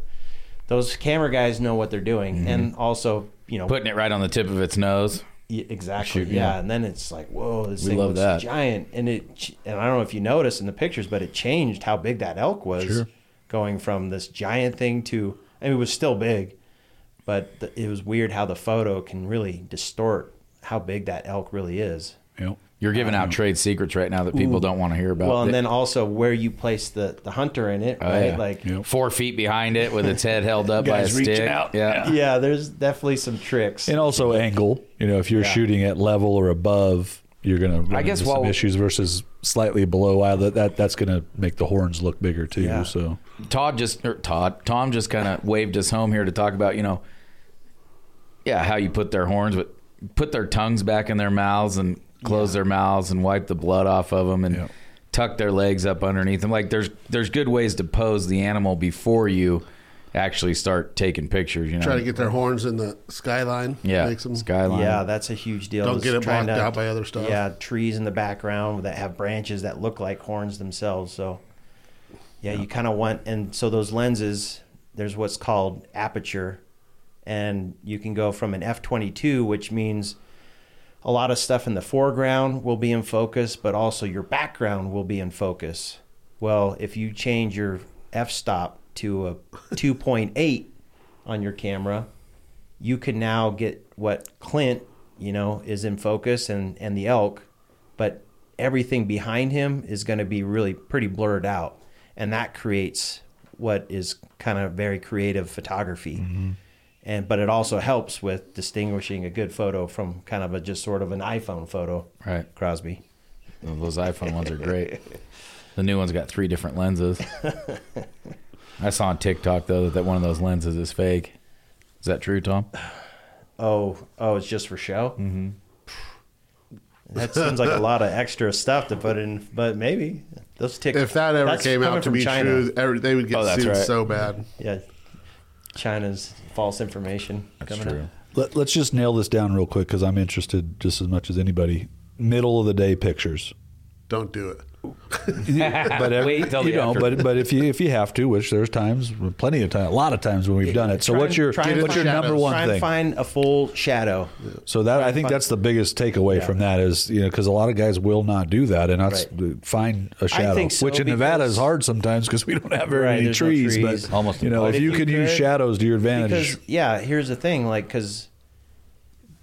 [SPEAKER 3] those camera guys know what they're doing
[SPEAKER 2] Mm-hmm.
[SPEAKER 3] and also you know
[SPEAKER 2] Putting it right on the tip of its nose.
[SPEAKER 3] y- exactly
[SPEAKER 2] Shoot,
[SPEAKER 3] yeah.
[SPEAKER 2] yeah.
[SPEAKER 3] and then it's like whoa this
[SPEAKER 2] We
[SPEAKER 3] thing
[SPEAKER 2] love
[SPEAKER 3] looks
[SPEAKER 2] that.
[SPEAKER 3] giant and it ch- and i don't know if you noticed in the pictures but it changed how big that elk was going from this giant thing to i mean it was still big but the, it was weird how the photo can really distort how big that elk really is
[SPEAKER 4] Yep.
[SPEAKER 2] You're giving out trade secrets right now that people don't want to hear about.
[SPEAKER 3] Um, Well, and
[SPEAKER 2] They-
[SPEAKER 3] then also where you place the, the hunter in it,
[SPEAKER 2] Oh,
[SPEAKER 3] right?
[SPEAKER 2] yeah.
[SPEAKER 3] Like,
[SPEAKER 4] Yep.
[SPEAKER 2] four feet behind it with its head held
[SPEAKER 3] [laughs]
[SPEAKER 2] up by a
[SPEAKER 4] Guys reaching
[SPEAKER 2] stick.
[SPEAKER 4] out.
[SPEAKER 2] Yeah.
[SPEAKER 3] yeah, there's definitely some tricks.
[SPEAKER 4] And also angle. You know, if you're shooting at level or above, you're gonna run
[SPEAKER 2] guess
[SPEAKER 4] into some
[SPEAKER 2] while-
[SPEAKER 4] issues versus slightly below. Wow, that, that that's gonna make the horns look bigger too. So
[SPEAKER 2] Todd just or Todd Tom just kind of waved us home here to talk about you know, yeah, how you put their horns, but put their tongues back in their mouths and close their mouths and wipe the blood off of them and
[SPEAKER 4] Yeah.
[SPEAKER 2] tuck their legs up underneath them. Like there's there's good ways to pose the animal before you actually start taking pictures. You know,
[SPEAKER 1] Try to get their horns in the skyline.
[SPEAKER 2] yeah,
[SPEAKER 1] Makes them
[SPEAKER 2] skyline.
[SPEAKER 3] Yeah, that's a huge deal.
[SPEAKER 1] Don't
[SPEAKER 3] is
[SPEAKER 1] get it
[SPEAKER 3] trying
[SPEAKER 1] blocked out by other stuff.
[SPEAKER 3] Yeah, trees in the background that have branches that look like horns themselves. So, yeah, you kind of want, and so those lenses, there's what's called aperture, and you can go from an f22, which means a lot of stuff in the foreground will be in focus, but also your background will be in focus. Well, if you change your f stop to a [laughs] 2.8 on your camera, you can now get what Clint, you know, is in focus and, and the elk, but everything behind him is going to be really pretty blurred out. And that creates what is kind of very creative photography. And but it also helps with distinguishing a good photo from kind of a just sort of an iPhone photo.
[SPEAKER 2] Right.
[SPEAKER 3] Crosby.
[SPEAKER 2] Those iPhone ones are great. The new one's got three different
[SPEAKER 3] [laughs]
[SPEAKER 2] lenses. I saw on TikTok though that one of those lenses is fake. Is that true, Tom?
[SPEAKER 3] Oh, oh, it's just for show. Mm-hmm. That seems
[SPEAKER 1] [laughs]
[SPEAKER 3] like a lot of extra stuff to put in, but maybe those tickets.
[SPEAKER 1] If that ever came out to be true, every, they would get
[SPEAKER 2] Oh, that's
[SPEAKER 1] sued
[SPEAKER 2] right.
[SPEAKER 1] so bad.
[SPEAKER 3] Yeah. China's false information. coming up.
[SPEAKER 4] Let, let's just nail this down real quick because I'm interested just as much as anybody. Middle of the
[SPEAKER 2] [laughs]
[SPEAKER 4] day pictures.
[SPEAKER 1] Don't do it.
[SPEAKER 4] but ev-
[SPEAKER 2] Wait till
[SPEAKER 4] you
[SPEAKER 2] the
[SPEAKER 4] know,
[SPEAKER 2] after.
[SPEAKER 4] but but if you if you have to, which there's times, plenty of time, a lot of times when we've done it. So
[SPEAKER 3] Try
[SPEAKER 4] what's
[SPEAKER 3] and-
[SPEAKER 4] your
[SPEAKER 3] try and
[SPEAKER 4] what's your
[SPEAKER 1] find-
[SPEAKER 4] number one
[SPEAKER 3] Try
[SPEAKER 4] thing?
[SPEAKER 3] and find a full shadow.
[SPEAKER 4] So that I think that's the biggest takeaway from that is you know because a lot of guys will not do that and not s- find a shadow,
[SPEAKER 3] think so,
[SPEAKER 4] which in Nevada
[SPEAKER 3] because-
[SPEAKER 4] is hard sometimes because we don't have very
[SPEAKER 3] Right,
[SPEAKER 4] many
[SPEAKER 3] there's no
[SPEAKER 4] trees,
[SPEAKER 3] trees.
[SPEAKER 4] But
[SPEAKER 2] Almost
[SPEAKER 4] you know
[SPEAKER 2] impossible.
[SPEAKER 4] if you
[SPEAKER 3] If
[SPEAKER 4] could
[SPEAKER 3] you
[SPEAKER 4] use
[SPEAKER 3] could-
[SPEAKER 4] shadows to your
[SPEAKER 3] Because
[SPEAKER 4] advantage,
[SPEAKER 3] yeah, here's the thing, like because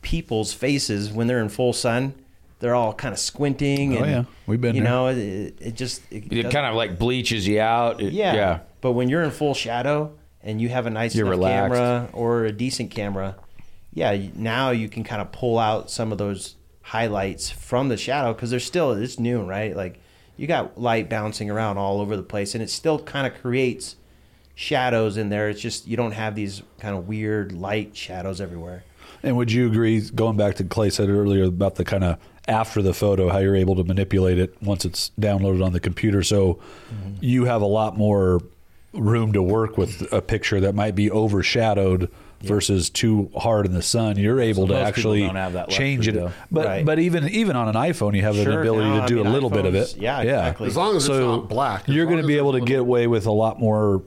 [SPEAKER 3] people's faces when they're in full sun, they're all kind of squinting.
[SPEAKER 4] Oh,
[SPEAKER 3] and,
[SPEAKER 4] yeah. We've been
[SPEAKER 3] You
[SPEAKER 4] there.
[SPEAKER 3] know, it, it just it,
[SPEAKER 2] It kind of like bleaches you out. It-
[SPEAKER 3] yeah.
[SPEAKER 2] yeah.
[SPEAKER 3] But when you're in full shadow and you have a nice
[SPEAKER 2] You're
[SPEAKER 3] enough
[SPEAKER 2] relaxed.
[SPEAKER 3] camera or a decent camera, yeah, you- now you can kind of pull out some of those highlights from the shadow because there's still it's noon, right? Like you got light bouncing around all over the place, and it still kind of creates shadows in there. It's just you don't have these kind of weird light shadows everywhere.
[SPEAKER 4] and would you agree? Going back to Clay said earlier about the kind of after the photo, how you're able to manipulate it once it's downloaded on the computer, so
[SPEAKER 3] Mm-hmm.
[SPEAKER 4] you have a lot more room to work with a picture that might be overshadowed versus too hard in the sun. You're able to
[SPEAKER 2] most people
[SPEAKER 4] actually
[SPEAKER 2] don't have that luxury,
[SPEAKER 4] change it,
[SPEAKER 2] though.
[SPEAKER 4] but
[SPEAKER 3] Right.
[SPEAKER 4] but even even on an iPhone, you have an
[SPEAKER 3] Sure,
[SPEAKER 4] ability
[SPEAKER 3] no,
[SPEAKER 4] to
[SPEAKER 3] I
[SPEAKER 4] do
[SPEAKER 3] mean,
[SPEAKER 4] a little bit of
[SPEAKER 3] iPhones-
[SPEAKER 4] it.
[SPEAKER 3] yeah, exactly.
[SPEAKER 1] As long as it's
[SPEAKER 4] So
[SPEAKER 1] not black. as
[SPEAKER 4] You're
[SPEAKER 1] long
[SPEAKER 4] going to
[SPEAKER 1] as
[SPEAKER 4] be
[SPEAKER 1] it's
[SPEAKER 4] able to
[SPEAKER 1] little-
[SPEAKER 4] get away with a lot more.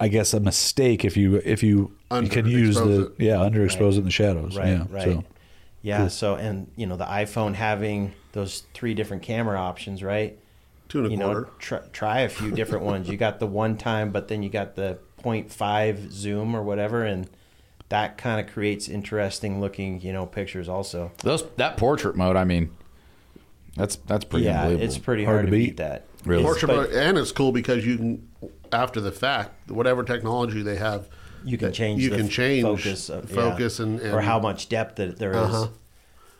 [SPEAKER 4] I guess a mistake if you if you, you can use the
[SPEAKER 1] Underexpose it.
[SPEAKER 4] yeah underexpose it in the shadows
[SPEAKER 3] Right,
[SPEAKER 4] yeah
[SPEAKER 3] right.
[SPEAKER 4] so
[SPEAKER 3] yeah, so and you know the iPhone having those three different camera options, right?
[SPEAKER 1] Two and a
[SPEAKER 3] you
[SPEAKER 1] quarter.
[SPEAKER 3] know try, try a few different ones you got the one time but then you got the 0.5 zoom or whatever and that kind of creates interesting looking you know pictures also
[SPEAKER 2] Those that portrait mode. I mean, that's that's pretty
[SPEAKER 3] yeah
[SPEAKER 2] unbelievable.
[SPEAKER 3] it's pretty hard,
[SPEAKER 4] Hard
[SPEAKER 3] to
[SPEAKER 4] to
[SPEAKER 3] beat,
[SPEAKER 4] beat.
[SPEAKER 3] that
[SPEAKER 2] Really?
[SPEAKER 3] It's-
[SPEAKER 1] Portrait
[SPEAKER 3] but
[SPEAKER 1] mode, and it's cool because you can, after the fact, whatever technology they have,
[SPEAKER 3] you can
[SPEAKER 1] that-
[SPEAKER 3] change
[SPEAKER 1] uh, You
[SPEAKER 3] the
[SPEAKER 1] can
[SPEAKER 3] f-
[SPEAKER 1] change
[SPEAKER 3] focus of-
[SPEAKER 1] the focus
[SPEAKER 3] yeah,
[SPEAKER 1] and, and
[SPEAKER 3] or how much depth that there is.
[SPEAKER 2] Uh-huh.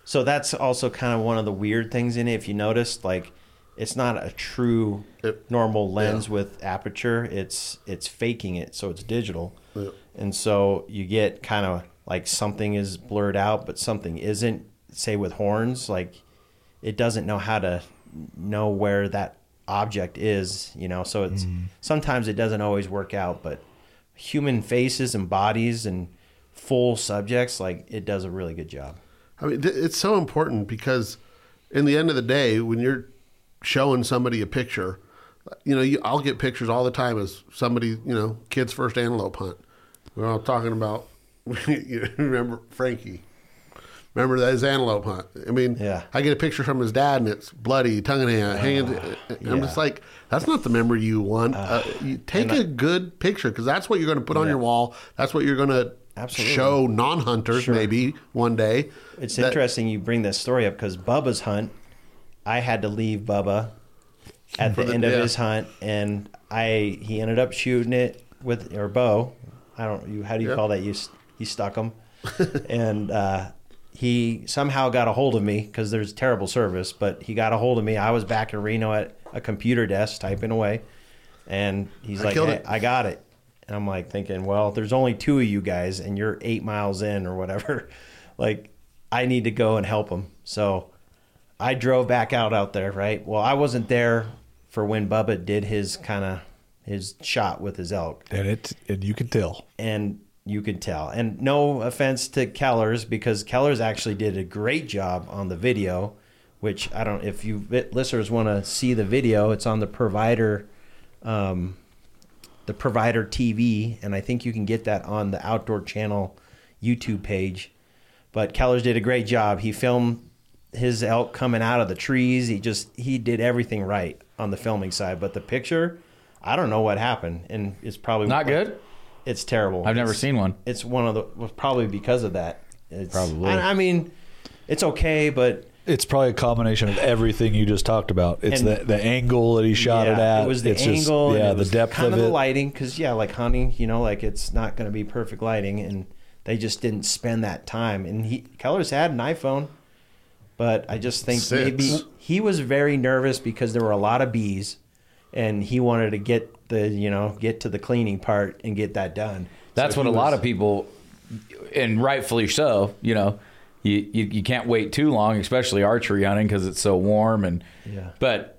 [SPEAKER 3] so that's also kind of one of the weird things in it if you noticed like it's not a true
[SPEAKER 1] It-
[SPEAKER 3] normal lens
[SPEAKER 1] yeah.
[SPEAKER 3] with aperture it's it's faking it so it's digital
[SPEAKER 1] Yeah.
[SPEAKER 3] and so you get kind of like something is blurred out but something isn't say with horns like it doesn't know how to know where that object is you know so it's sometimes it doesn't always work out but human faces and bodies and full subjects like it does a really good job
[SPEAKER 1] I mean, th- it's so important because, in the end of the day, when you're showing somebody a picture, you know, you, I'll get pictures all the time as somebody, you know, kid's first antelope hunt. We're all talking about, [laughs] you remember Frankie? Remember that his antelope hunt? I mean,
[SPEAKER 3] Yeah. Uh,
[SPEAKER 1] I get a picture from his dad and it's bloody, tongue in hand, hanging. I'm just like, that's not the memory you want. Uh, you take a good picture because that's what you're going to put on your wall. That's what you're going to
[SPEAKER 3] Absolutely.
[SPEAKER 1] show non hunters maybe one day.
[SPEAKER 3] It's
[SPEAKER 1] that-
[SPEAKER 3] interesting you bring this story up because Bubba's hunt I had to leave Bubba at the
[SPEAKER 1] the-
[SPEAKER 3] end of
[SPEAKER 1] yeah.
[SPEAKER 3] his hunt, and I he ended up shooting it with or bow. I don't you how do you
[SPEAKER 1] Yeah.
[SPEAKER 3] call that? You s- he stuck him, and uh, he somehow got a hold of me because there's terrible service, but he got a hold of me. I was back in Reno at a computer desk typing away, and he's
[SPEAKER 1] I
[SPEAKER 3] like,
[SPEAKER 1] killed
[SPEAKER 3] "Hey,
[SPEAKER 1] it."
[SPEAKER 3] I got it. And I'm like thinking, well, there's only two of you guys, and you're eight miles in or whatever. [laughs] like, I need to go and help him. So I drove back out out there, right? Well, I wasn't there for when Bubba did his kind of his shot with his elk
[SPEAKER 4] and it and you can tell.
[SPEAKER 3] and you could tell. And no offense to Keller's because Keller's actually did a great job on the video, which I don't. If you vi- listeners want to see the video, it's on the provider, um, the provider TV, and I think you can get that on the Outdoor Channel YouTube page. But Keller's did a great job. He filmed his elk coming out of the trees. He just he did everything right on the filming side. But the picture, I don't know what happened, and it's probably
[SPEAKER 2] Not good?
[SPEAKER 3] it's terrible.
[SPEAKER 2] I've never
[SPEAKER 3] It's-
[SPEAKER 2] seen one.
[SPEAKER 3] It's one of the well, probably because of that. It's,
[SPEAKER 2] Probably.
[SPEAKER 3] I, I mean, it's okay, but
[SPEAKER 4] It's probably a combination of everything you just talked about. It's
[SPEAKER 3] And-
[SPEAKER 4] the the angle that he shot it
[SPEAKER 3] yeah,
[SPEAKER 4] at.
[SPEAKER 3] It was the
[SPEAKER 4] it's just-
[SPEAKER 3] angle. and
[SPEAKER 4] yeah,
[SPEAKER 3] it
[SPEAKER 4] the
[SPEAKER 3] was
[SPEAKER 4] depth
[SPEAKER 3] kind
[SPEAKER 4] of
[SPEAKER 3] the
[SPEAKER 4] it.
[SPEAKER 3] lighting, because yeah, like hunting, you know, like it's not going to be perfect lighting, and they just didn't spend that time. And he Keller's had an iPhone, but I just think
[SPEAKER 1] Six.
[SPEAKER 3] maybe he was very nervous because there were a lot of bees, and he wanted to get the you know get to the cleaning part and get that done.
[SPEAKER 2] That's
[SPEAKER 3] So
[SPEAKER 2] what
[SPEAKER 3] he
[SPEAKER 2] a lot
[SPEAKER 3] was-
[SPEAKER 2] of people, and rightfully so, you know, you, you, you can't wait too long, especially archery hunting because it's so warm and,
[SPEAKER 3] Yeah.
[SPEAKER 2] but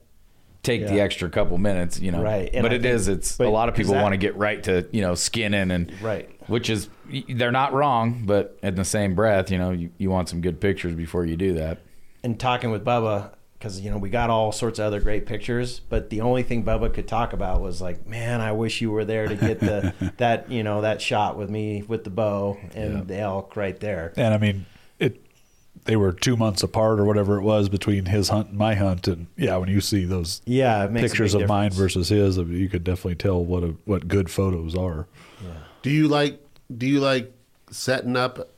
[SPEAKER 2] take the
[SPEAKER 3] Yeah.
[SPEAKER 2] extra couple minutes, you know,
[SPEAKER 3] Right, and
[SPEAKER 2] but
[SPEAKER 3] I
[SPEAKER 2] it
[SPEAKER 3] think-
[SPEAKER 2] is it's
[SPEAKER 3] but
[SPEAKER 2] a lot of people
[SPEAKER 3] is that-
[SPEAKER 2] want to get right to, you know, skinning and,
[SPEAKER 3] Right.
[SPEAKER 2] which is, they're not wrong, but in the same breath, you know, you, you want some good pictures before you do that.
[SPEAKER 3] and talking with Bubba because you know we got all sorts of other great pictures, but the only thing Bubba could talk about was like, man, I wish you were there to get [laughs] the that you know that shot with me with the bow and the elk right there.
[SPEAKER 4] And I mean, it. They were two months apart or whatever it was between his hunt and my hunt, and yeah, when you see those
[SPEAKER 3] Yeah, it makes a
[SPEAKER 4] pictures
[SPEAKER 3] big
[SPEAKER 4] of mine
[SPEAKER 3] difference.
[SPEAKER 4] versus his, I mean, you could definitely tell what a, what good photos are.
[SPEAKER 1] Do you like do you like setting up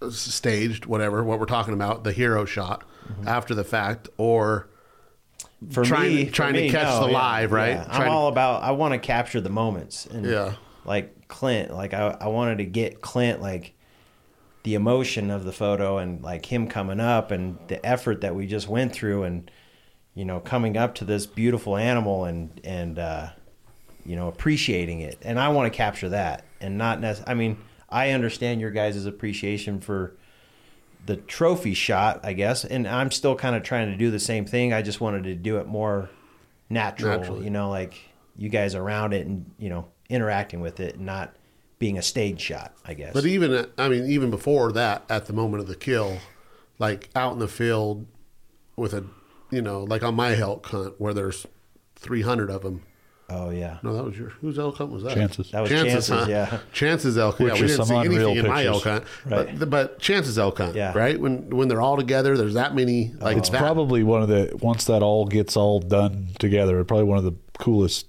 [SPEAKER 1] uh, staged whatever what we're talking about the hero shot after the fact or
[SPEAKER 3] for
[SPEAKER 1] trying to-
[SPEAKER 3] me, for
[SPEAKER 1] trying to
[SPEAKER 3] me,
[SPEAKER 1] catch
[SPEAKER 3] no,
[SPEAKER 1] the
[SPEAKER 3] yeah,
[SPEAKER 1] live, right?
[SPEAKER 3] yeah.
[SPEAKER 1] Trying
[SPEAKER 3] I'm
[SPEAKER 1] to-
[SPEAKER 3] all about. I want to capture the moments. And
[SPEAKER 1] Yeah.
[SPEAKER 3] Like Clint, like I, I wanted to get Clint like the emotion of the photo and like him coming up and the effort that we just went through and you know coming up to this beautiful animal and and uh, you know appreciating it and I want to capture that and not nec- I mean I understand your guys' appreciation for the trophy shot, I guess, and I'm still kind of trying to do the same thing. I just wanted to do it more natural,
[SPEAKER 1] Naturally.
[SPEAKER 3] you know, like you guys around it and you know interacting with it, and not being a stage shot, I guess.
[SPEAKER 1] But even uh, I mean, even before that, at the moment of the kill, like out in the field with a, you know, like on my elk hunt where there's 300 of them.
[SPEAKER 3] oh yeah,
[SPEAKER 1] No, that was your whose elk hunt was that?
[SPEAKER 4] Chances.
[SPEAKER 3] That was Chances, yeah.
[SPEAKER 1] Chances elk hunt.
[SPEAKER 4] Which
[SPEAKER 1] Yeah, we
[SPEAKER 4] is
[SPEAKER 1] didn't see
[SPEAKER 4] some
[SPEAKER 1] anything
[SPEAKER 4] unreal
[SPEAKER 1] in my elk
[SPEAKER 4] pictures.
[SPEAKER 1] hunt.
[SPEAKER 3] Right.
[SPEAKER 1] But, but Chances elk hunt.
[SPEAKER 3] Yeah.
[SPEAKER 1] Right when when they're all together, there's that many. Like
[SPEAKER 4] It's
[SPEAKER 1] that.
[SPEAKER 4] Uh, probably one of the once that all gets all done together, it's probably one of the coolest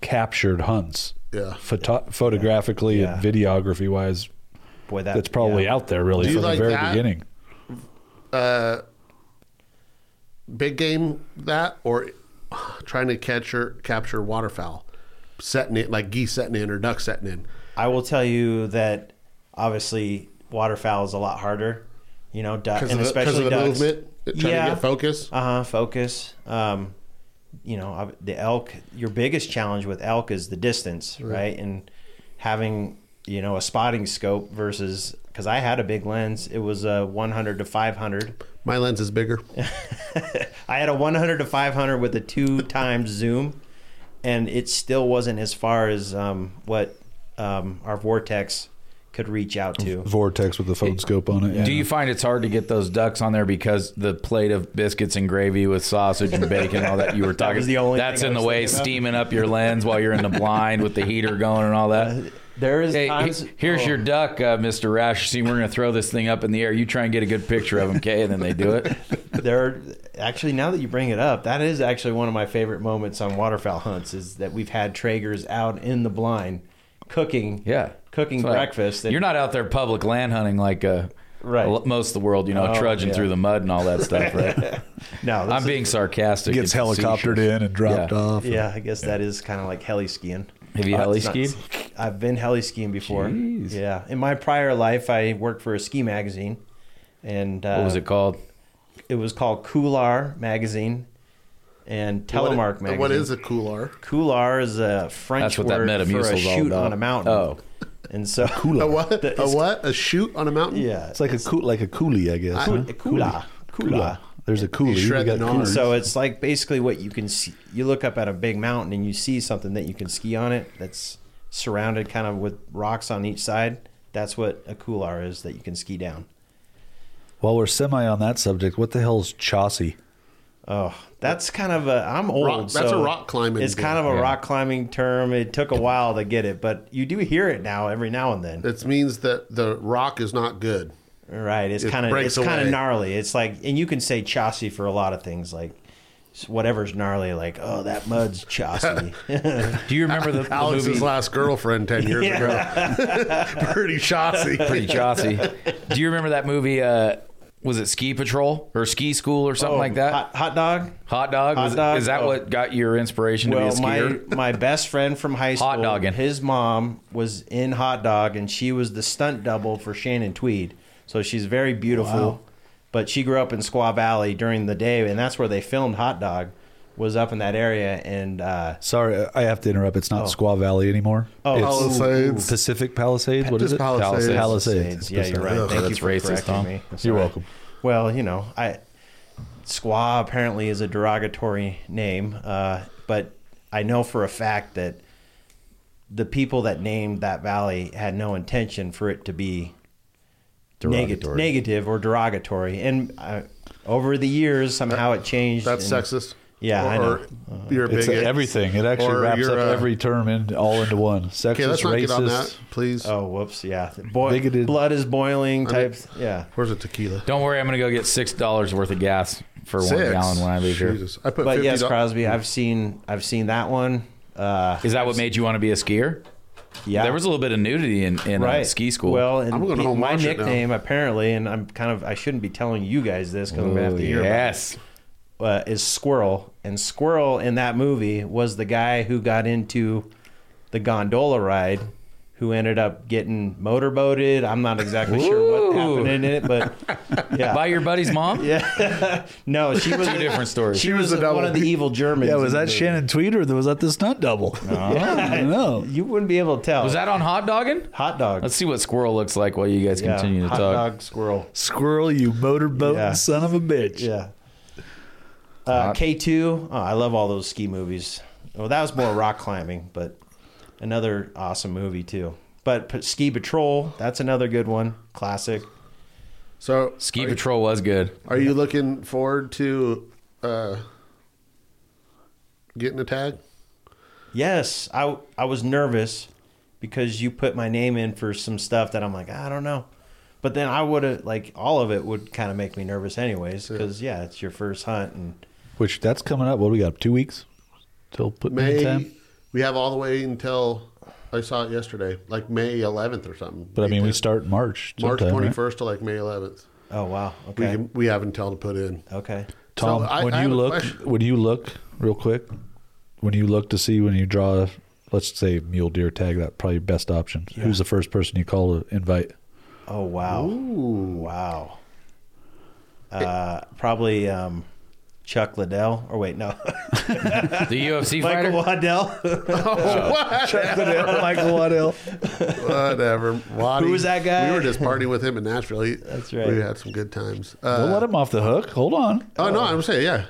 [SPEAKER 4] captured hunts.
[SPEAKER 1] Yeah.
[SPEAKER 4] Photo- photographically
[SPEAKER 3] Yeah.
[SPEAKER 4] and videography wise,
[SPEAKER 3] boy, that,
[SPEAKER 4] that's probably out there really
[SPEAKER 1] Do you
[SPEAKER 4] from
[SPEAKER 1] like
[SPEAKER 4] the very
[SPEAKER 1] that?
[SPEAKER 4] beginning.
[SPEAKER 1] big game that or trying to catch or capture waterfowl, setting it like geese setting in or duck setting in.
[SPEAKER 3] I will tell you that obviously waterfowl is a lot harder, you know, duck,
[SPEAKER 1] Because
[SPEAKER 3] and
[SPEAKER 1] of the, 'cause
[SPEAKER 3] especially
[SPEAKER 1] of the
[SPEAKER 3] ducks.
[SPEAKER 1] movement, trying to get focus.
[SPEAKER 3] Uh huh. Focus. Um, you know, ob- the elk. Your biggest challenge with elk is the distance, right? And having you know a spotting scope versus because I had a big lens. It was a 100 to 500.
[SPEAKER 1] My lens is
[SPEAKER 3] [laughs]
[SPEAKER 1] bigger.
[SPEAKER 3] I had a 100 to 500 with a two times zoom, and it still wasn't as far as um, what um, our vortex could reach out to.
[SPEAKER 4] Vortex with the phone scope on it.
[SPEAKER 2] Do you find it's hard to get those ducks on there because the plate of biscuits and gravy with sausage and bacon and all that you
[SPEAKER 3] [laughs]
[SPEAKER 2] were talking
[SPEAKER 3] was the only
[SPEAKER 2] that's
[SPEAKER 3] thing
[SPEAKER 2] in
[SPEAKER 3] I
[SPEAKER 2] the
[SPEAKER 3] was
[SPEAKER 2] way
[SPEAKER 3] thinking about.
[SPEAKER 2] steaming up your lens while you're in the blind with the heater going and all
[SPEAKER 3] [laughs]
[SPEAKER 2] that.
[SPEAKER 3] There is
[SPEAKER 2] Hey,
[SPEAKER 3] times.
[SPEAKER 2] he- here's
[SPEAKER 3] oh.
[SPEAKER 2] your duck, uh, Mr. Rash. See, we're going to throw this thing up in the air. You try and get a good picture of him, okay? And then they do
[SPEAKER 3] [laughs]
[SPEAKER 2] it.
[SPEAKER 3] there are, actually now that you bring it up that is actually one of my favorite moments on waterfowl hunts is that we've had traegers out in the blind cooking
[SPEAKER 2] Yeah.
[SPEAKER 3] cooking
[SPEAKER 2] That's what I-
[SPEAKER 3] breakfast and
[SPEAKER 2] You're not out there public land hunting like uh,
[SPEAKER 3] Right.
[SPEAKER 2] l- most of the world, you know,
[SPEAKER 3] Oh,
[SPEAKER 2] trudging
[SPEAKER 3] yeah.
[SPEAKER 2] through the mud and all that stuff,
[SPEAKER 3] [laughs]
[SPEAKER 2] right?
[SPEAKER 3] No, this
[SPEAKER 2] I'm
[SPEAKER 3] is-
[SPEAKER 2] being sarcastic.
[SPEAKER 4] Gets
[SPEAKER 2] and facetious.
[SPEAKER 4] helicoptered in and dropped
[SPEAKER 2] Yeah.
[SPEAKER 4] off.
[SPEAKER 3] Yeah, I guess that is kind of like heli skiing.
[SPEAKER 2] Have you
[SPEAKER 3] Uh,
[SPEAKER 2] heli
[SPEAKER 3] it's not-
[SPEAKER 2] skied?
[SPEAKER 3] I've been heli skiing before.
[SPEAKER 2] Jeez.
[SPEAKER 3] Yeah, in my prior life, I worked for a ski magazine, and uh,
[SPEAKER 2] What was it called?
[SPEAKER 3] It was called Coular magazine and Telemark
[SPEAKER 1] what,
[SPEAKER 3] magazine.
[SPEAKER 1] What is a cooler?
[SPEAKER 3] Coular? Is a French
[SPEAKER 2] That's what that
[SPEAKER 3] word for a
[SPEAKER 2] Metamucil's all
[SPEAKER 3] shoot
[SPEAKER 2] about.
[SPEAKER 3] on a mountain.
[SPEAKER 2] Oh.
[SPEAKER 3] and
[SPEAKER 2] [laughs]
[SPEAKER 3] so
[SPEAKER 1] A what? A what? A shoot on a mountain?
[SPEAKER 3] [laughs] Yeah,
[SPEAKER 4] It's like a coo- like a coolie, I guess.
[SPEAKER 3] Coo-
[SPEAKER 4] huh?
[SPEAKER 3] a coolah.
[SPEAKER 4] Coolie.
[SPEAKER 3] Coolah.
[SPEAKER 4] There's a coolie. We
[SPEAKER 1] shred
[SPEAKER 4] got
[SPEAKER 1] the knob.
[SPEAKER 4] coolers.
[SPEAKER 3] So it's like basically what you can see. You look up at a big mountain and you see something that you can ski on it that's surrounded kind of with rocks on each side. That's what a couloir is that you can ski down.
[SPEAKER 4] While we're semi on that subject, what the hell's chassis?
[SPEAKER 3] Oh, that's kind of a. I'm old.
[SPEAKER 1] Rock- that's
[SPEAKER 3] so
[SPEAKER 1] a rock climbing
[SPEAKER 3] It's kind of
[SPEAKER 1] game,
[SPEAKER 3] a
[SPEAKER 2] yeah.
[SPEAKER 3] rock climbing term. It took a while to get it, but you do hear it now every now and then.
[SPEAKER 1] It means that the rock is not good.
[SPEAKER 3] Right. It's
[SPEAKER 1] It
[SPEAKER 3] kind of
[SPEAKER 1] breaks
[SPEAKER 3] it's kind
[SPEAKER 1] away.
[SPEAKER 3] of gnarly. It's like, and you can say chassis for a lot of things, like whatever's gnarly. Like, oh, that mud's chassis. [laughs]
[SPEAKER 2] Do you remember
[SPEAKER 4] [laughs]
[SPEAKER 2] the, the
[SPEAKER 1] Alex's
[SPEAKER 2] movie?
[SPEAKER 1] last girlfriend ten years ago. [laughs] Pretty chassis.
[SPEAKER 2] Pretty chossy. Do you remember that movie? Uh, was it Ski Patrol or Ski School or something like that?
[SPEAKER 3] Oh, Hot, hot dog.
[SPEAKER 2] Oh, Hot dog?
[SPEAKER 3] Hot
[SPEAKER 2] was,
[SPEAKER 3] dog?
[SPEAKER 2] Is that
[SPEAKER 3] Oh.
[SPEAKER 2] what got your inspiration to
[SPEAKER 3] Well,
[SPEAKER 2] be a
[SPEAKER 3] my
[SPEAKER 2] skier?
[SPEAKER 3] [laughs] my best friend from high school,
[SPEAKER 2] Hot dogging.
[SPEAKER 3] his mom was in hot dog, and she was the stunt double for Shannon Tweed. So she's very beautiful, but she grew up in Squaw Valley during the day, and that's where they filmed Hot Dog. Was up in that area, and uh,
[SPEAKER 4] Sorry, I have to interrupt. It's not Squaw Valley anymore.
[SPEAKER 3] Oh.
[SPEAKER 4] it's
[SPEAKER 1] Palisades.
[SPEAKER 4] Pacific Palisades. What is
[SPEAKER 1] Just
[SPEAKER 4] it?
[SPEAKER 1] Palisades.
[SPEAKER 4] Palisades.
[SPEAKER 3] yeah, you're right.
[SPEAKER 1] Ugh,
[SPEAKER 3] Thank
[SPEAKER 2] that's
[SPEAKER 3] you for
[SPEAKER 2] racist,
[SPEAKER 3] correcting
[SPEAKER 2] Tom.
[SPEAKER 3] me. That's
[SPEAKER 4] You're
[SPEAKER 3] all right.
[SPEAKER 4] welcome.
[SPEAKER 3] Well, you know, I squaw apparently is a derogatory name, uh, but I know for a fact that the people that named that valley had no intention for it to be negative,
[SPEAKER 2] Derogatory.
[SPEAKER 3] negative or derogatory. And uh, over the years, somehow it changed.
[SPEAKER 1] That's
[SPEAKER 3] and-
[SPEAKER 1] sexist.
[SPEAKER 3] Yeah,
[SPEAKER 1] or,
[SPEAKER 3] I know.
[SPEAKER 1] you're a
[SPEAKER 4] It's
[SPEAKER 1] bigot.
[SPEAKER 4] everything. It actually
[SPEAKER 1] Or
[SPEAKER 4] wraps
[SPEAKER 1] you're
[SPEAKER 4] up
[SPEAKER 1] a-
[SPEAKER 4] every term in all into one.
[SPEAKER 1] Okay,
[SPEAKER 4] Sexist,
[SPEAKER 1] let's not get on
[SPEAKER 4] racist.
[SPEAKER 1] that, please.
[SPEAKER 3] Oh, whoops! Yeah, Boi-
[SPEAKER 4] Bigoted.
[SPEAKER 3] blood is boiling.
[SPEAKER 1] mean-
[SPEAKER 3] Types. yeah.
[SPEAKER 1] Where's the tequila?
[SPEAKER 2] Don't worry, I'm going to go get $6 worth of gas for one
[SPEAKER 1] Six.
[SPEAKER 2] gallon when I leave here.
[SPEAKER 1] Jesus. I put
[SPEAKER 3] But
[SPEAKER 1] fifty.
[SPEAKER 3] yes, Crosby, I've seen I've seen that one. Uh,
[SPEAKER 2] Is that what made you want to be a skier?
[SPEAKER 3] yeah,
[SPEAKER 2] There was a little bit of nudity in, in uh,
[SPEAKER 3] right.
[SPEAKER 2] ski school.
[SPEAKER 3] Well, and
[SPEAKER 1] I'm gonna home
[SPEAKER 3] my
[SPEAKER 1] watch it now.
[SPEAKER 3] nickname apparently, and I'm kind of I shouldn't be telling you guys this because I'm gonna have
[SPEAKER 2] Ooh,
[SPEAKER 3] to hear. about it,
[SPEAKER 2] yes.
[SPEAKER 3] uh, is Squirrel, and Squirrel in that movie was the guy who got into the gondola ride, who ended up getting motorboated. I'm not exactly sure what
[SPEAKER 2] Ooh.
[SPEAKER 3] happened in it, but
[SPEAKER 2] [laughs]
[SPEAKER 3] yeah,
[SPEAKER 2] By your buddy's mom?
[SPEAKER 3] [laughs] yeah. no, she was
[SPEAKER 2] Two different stories.
[SPEAKER 3] She was,
[SPEAKER 1] was the
[SPEAKER 3] one
[SPEAKER 1] devil.
[SPEAKER 3] of the evil Germans.
[SPEAKER 4] Yeah, was
[SPEAKER 3] in the
[SPEAKER 4] that
[SPEAKER 3] movie.
[SPEAKER 4] Shannon Tweed or was that the
[SPEAKER 3] [laughs]
[SPEAKER 4] stunt double? I don't know.
[SPEAKER 3] You wouldn't be able to tell.
[SPEAKER 2] Was that on hot dogging?
[SPEAKER 3] hot dog?
[SPEAKER 2] Let's see what squirrel looks like while you guys
[SPEAKER 3] Yeah,
[SPEAKER 2] continue to
[SPEAKER 3] hot
[SPEAKER 2] talk.
[SPEAKER 3] dog squirrel.
[SPEAKER 4] Squirrel, you motorboating
[SPEAKER 3] Yeah.
[SPEAKER 4] son of a bitch.
[SPEAKER 3] Yeah. Uh, K two. Oh, I love all those ski movies. Well, that was more rock climbing, but another awesome movie too. But, p Ski Patrol, that's another good one, classic.
[SPEAKER 1] So
[SPEAKER 2] Ski
[SPEAKER 1] are,
[SPEAKER 2] Patrol was good.
[SPEAKER 1] Are you looking forward to uh, getting a tag?
[SPEAKER 3] Yes, I I was nervous because you put my name in for some stuff that I'm like I don't know, but then I would have like all of it would kind of make me nervous anyways because yeah, it's your first hunt and
[SPEAKER 4] Which that's coming up. What do we got? Two weeks till put in
[SPEAKER 1] May.
[SPEAKER 4] time.
[SPEAKER 1] We have all the way until I saw it yesterday, like May 11th or something.
[SPEAKER 4] But I mean, we start in March.
[SPEAKER 1] March
[SPEAKER 4] sometime, right?
[SPEAKER 1] 21st to like May 11th.
[SPEAKER 3] oh wow
[SPEAKER 1] We
[SPEAKER 3] okay
[SPEAKER 1] can, we have until to put in.
[SPEAKER 3] okay
[SPEAKER 4] Tom,
[SPEAKER 1] So, I-
[SPEAKER 4] when
[SPEAKER 1] I
[SPEAKER 4] you
[SPEAKER 1] have a
[SPEAKER 4] look,
[SPEAKER 1] question.
[SPEAKER 4] when you look real quick, when you look to see when you draw, let's say mule deer tag, that probably best option. Who's the first person you call to
[SPEAKER 1] [laughs]
[SPEAKER 4] invite?
[SPEAKER 3] Oh wow! Wow. Uh, probably um, Chuck Liddell, or wait, no, [laughs]
[SPEAKER 2] The UFC fighter?
[SPEAKER 3] Michael Waddell. [laughs]
[SPEAKER 2] [laughs]
[SPEAKER 3] Oh.
[SPEAKER 4] Michael Waddell.
[SPEAKER 1] [laughs] Uh, Whatever. Waddy.
[SPEAKER 3] Who was that guy?
[SPEAKER 1] We were just partying with him in Nashville. He-
[SPEAKER 3] That's right.
[SPEAKER 1] We had some good times.
[SPEAKER 4] Don't
[SPEAKER 1] Uh,
[SPEAKER 4] let him off the hook. Hold on.
[SPEAKER 1] oh, no, I'm saying, yeah.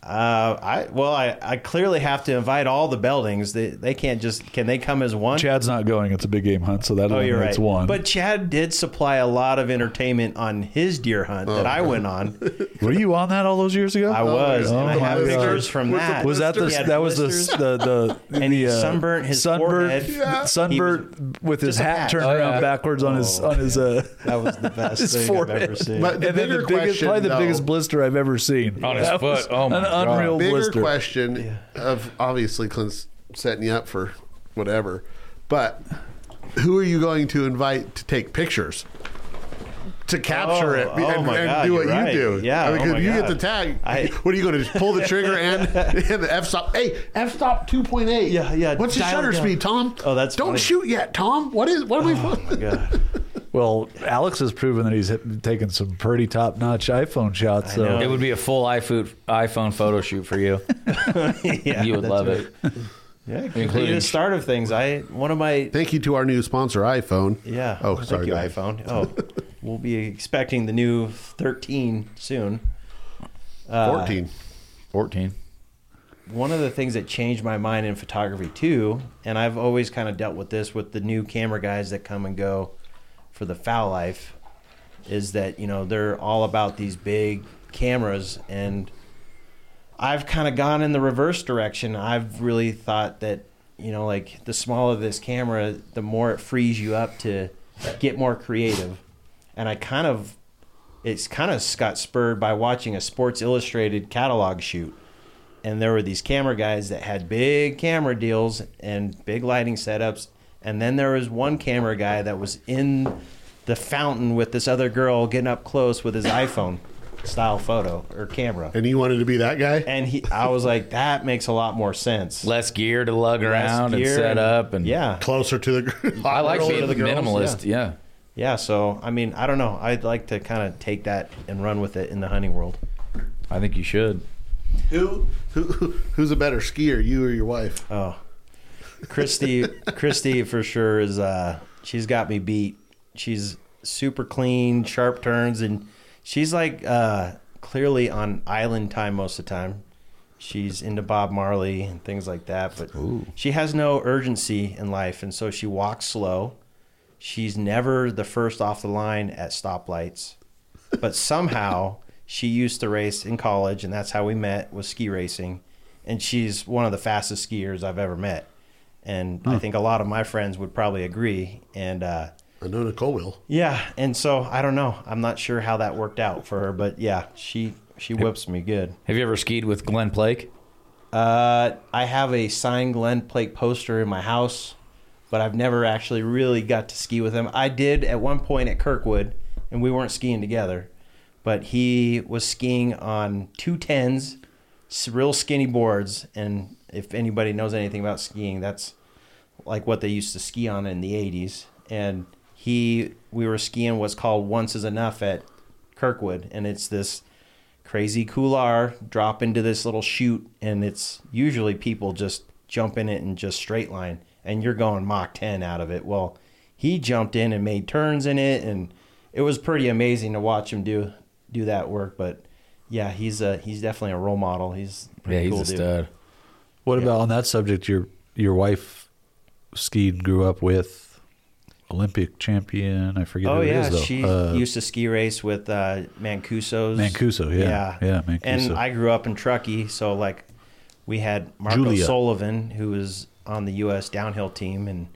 [SPEAKER 3] Uh, I well, I, I clearly have to invite all the Beldings. They they can't just can they come as one?
[SPEAKER 4] Chad's not going. It's a big game hunt, so that
[SPEAKER 3] oh, you're
[SPEAKER 4] eliminates
[SPEAKER 3] right.
[SPEAKER 4] one.
[SPEAKER 3] But Chad did supply a lot of entertainment on his deer hunt that I went
[SPEAKER 4] [laughs]
[SPEAKER 3] on.
[SPEAKER 4] were you on that all those years ago?
[SPEAKER 3] I was,
[SPEAKER 4] oh
[SPEAKER 3] and I
[SPEAKER 4] my
[SPEAKER 3] have
[SPEAKER 4] God.
[SPEAKER 3] pictures from
[SPEAKER 1] Where's the
[SPEAKER 3] that.
[SPEAKER 4] Uh, Was that the
[SPEAKER 3] He had
[SPEAKER 4] that was the
[SPEAKER 3] blisters.
[SPEAKER 4] the the
[SPEAKER 3] And he
[SPEAKER 4] the,
[SPEAKER 3] sunburnt his
[SPEAKER 4] sunburnt
[SPEAKER 3] forehead. Yeah.
[SPEAKER 4] sunburnt with his
[SPEAKER 3] a
[SPEAKER 4] hat,
[SPEAKER 3] patch.
[SPEAKER 4] turned
[SPEAKER 3] Oh,
[SPEAKER 4] around
[SPEAKER 2] yeah.
[SPEAKER 4] backwards on his
[SPEAKER 3] Oh,
[SPEAKER 4] on his uh
[SPEAKER 3] [laughs] that was the best
[SPEAKER 4] [laughs] his
[SPEAKER 3] thing I've ever [laughs]
[SPEAKER 4] forehead.
[SPEAKER 3] seen.
[SPEAKER 1] But- The
[SPEAKER 4] and then the
[SPEAKER 1] bigger
[SPEAKER 4] biggest, probably
[SPEAKER 1] question,
[SPEAKER 4] the biggest
[SPEAKER 1] though-
[SPEAKER 4] blister I've ever seen
[SPEAKER 2] On his
[SPEAKER 4] That was
[SPEAKER 2] foot. Oh, my
[SPEAKER 4] an
[SPEAKER 2] God.
[SPEAKER 4] unreal
[SPEAKER 1] bigger
[SPEAKER 4] blister.
[SPEAKER 1] question of obviously Clint's setting you up for whatever, but who are you going to invite to take pictures? to capture
[SPEAKER 3] Oh,
[SPEAKER 1] it
[SPEAKER 3] oh
[SPEAKER 1] and,
[SPEAKER 3] my
[SPEAKER 1] and
[SPEAKER 3] God,
[SPEAKER 1] do what
[SPEAKER 3] you're right.
[SPEAKER 1] you do.
[SPEAKER 3] Yeah,
[SPEAKER 1] I mean,
[SPEAKER 3] oh
[SPEAKER 1] 'cause
[SPEAKER 3] my
[SPEAKER 1] if you
[SPEAKER 3] God.
[SPEAKER 1] get the tag,
[SPEAKER 3] I-
[SPEAKER 1] [laughs] what are you going to pull the trigger
[SPEAKER 3] [laughs]
[SPEAKER 1] and, and the f stop? Hey, f stop two point eight.
[SPEAKER 3] Yeah, yeah,
[SPEAKER 1] What's the
[SPEAKER 3] dial
[SPEAKER 1] shutter
[SPEAKER 3] it down.
[SPEAKER 1] speed, Tom?
[SPEAKER 3] Oh, that's
[SPEAKER 1] don't
[SPEAKER 3] funny. Oh,
[SPEAKER 1] shoot yet, Tom. What is? What are we? supposed-
[SPEAKER 3] God.
[SPEAKER 4] Well, Alex has proven that he's hit, taken some pretty top notch iPhone shots. So
[SPEAKER 3] know.
[SPEAKER 2] It would be a full iPhone iPhone photo shoot for you.
[SPEAKER 3] [laughs] yeah,
[SPEAKER 2] you would
[SPEAKER 3] that's
[SPEAKER 2] love
[SPEAKER 3] right. [laughs]
[SPEAKER 2] it.
[SPEAKER 3] Yeah, it could be
[SPEAKER 2] Including-
[SPEAKER 3] the start of things. I one of my
[SPEAKER 1] Thank you to our new sponsor, iPhone.
[SPEAKER 3] yeah.
[SPEAKER 1] Oh,
[SPEAKER 3] thank
[SPEAKER 1] sorry,
[SPEAKER 3] you,
[SPEAKER 1] go ahead. [laughs]
[SPEAKER 3] iPhone. Oh, we'll be expecting the new 13 soon.
[SPEAKER 1] Fourteen.
[SPEAKER 3] Uh,
[SPEAKER 2] Fourteen.
[SPEAKER 3] One of the things that changed my mind in photography too, and I've always kind of dealt with this with the new camera guys that come and go for the foul life, is that you know they're all about these big cameras and I've kind of gone in the reverse direction. I've really thought that, you know, like the smaller this camera, the more it frees you up to get more creative. And I kind of, it's kind of got spurred by watching a Sports Illustrated catalog shoot. And there were these camera guys that had big camera deals and big lighting setups. And then there was one camera guy that was in the fountain with this other girl getting up close with his iPhone style photo or camera.
[SPEAKER 1] And you wanted to be that guy?
[SPEAKER 3] And he, I was like, that makes a lot more sense.
[SPEAKER 2] Less gear to lug
[SPEAKER 3] Less
[SPEAKER 2] around and
[SPEAKER 3] gear
[SPEAKER 2] set up and
[SPEAKER 3] yeah,
[SPEAKER 1] Closer to the.
[SPEAKER 2] I like
[SPEAKER 3] Roll
[SPEAKER 2] being
[SPEAKER 3] to the girls,
[SPEAKER 2] minimalist. yeah.
[SPEAKER 3] yeah. So I mean, I don't know. I'd like to kind of take that and run with it in the hunting world.
[SPEAKER 2] I think you should.
[SPEAKER 1] Who, who, who's a better skier, you or your wife?
[SPEAKER 3] Oh, Christy, Christy for sure is. uh She's got me beat. She's super clean, sharp turns, and she's like uh clearly on island time most of the time. She's into Bob Marley and things like that, but she has no urgency in life, and so she walks slow. She's never the first off the line at stoplights, but somehow she used to race in college, and that's how we met was ski racing. And she's one of the fastest skiers I've ever met, and I think a lot of my friends would probably agree. And uh,
[SPEAKER 1] I know Nicole will.
[SPEAKER 3] yeah, and so I don't know. I'm not sure how that worked out for her, but yeah, she she whips me good.
[SPEAKER 2] Have you ever skied with Glenn Plake?
[SPEAKER 3] Uh, I have a signed Glenn Plake poster in my house, but I've never actually really got to ski with him. I did at one point at Kirkwood, and we weren't skiing together, but he was skiing on two tens, s- real skinny boards. And if anybody knows anything about skiing, that's like what they used to ski on in the 80s. And he, we were skiing what's called Once is Enough at Kirkwood, and it's this crazy couloir drop into this little chute, and it's usually people just jump in it and just straight line, and you're going Mach 10 out of it. Well, he jumped in and made turns in it, and it was pretty amazing to watch him do do that work. But yeah, he's a he's definitely a role model. He's a pretty
[SPEAKER 2] yeah, he's
[SPEAKER 3] cool
[SPEAKER 2] a
[SPEAKER 3] dude.
[SPEAKER 2] stud.
[SPEAKER 4] what about on that subject? Your your wife skied and grew up with Olympic champion. I forget.
[SPEAKER 3] Oh
[SPEAKER 4] who
[SPEAKER 3] yeah,
[SPEAKER 4] it is, though.
[SPEAKER 3] she
[SPEAKER 4] Uh,
[SPEAKER 3] used to ski race with uh, Mancuso's.
[SPEAKER 4] Mancuso, yeah. Yeah, Mancuso.
[SPEAKER 3] And I grew up in Truckee, so like we had Marco
[SPEAKER 4] Julia.
[SPEAKER 3] Sullivan, who was on the U.S. downhill team, and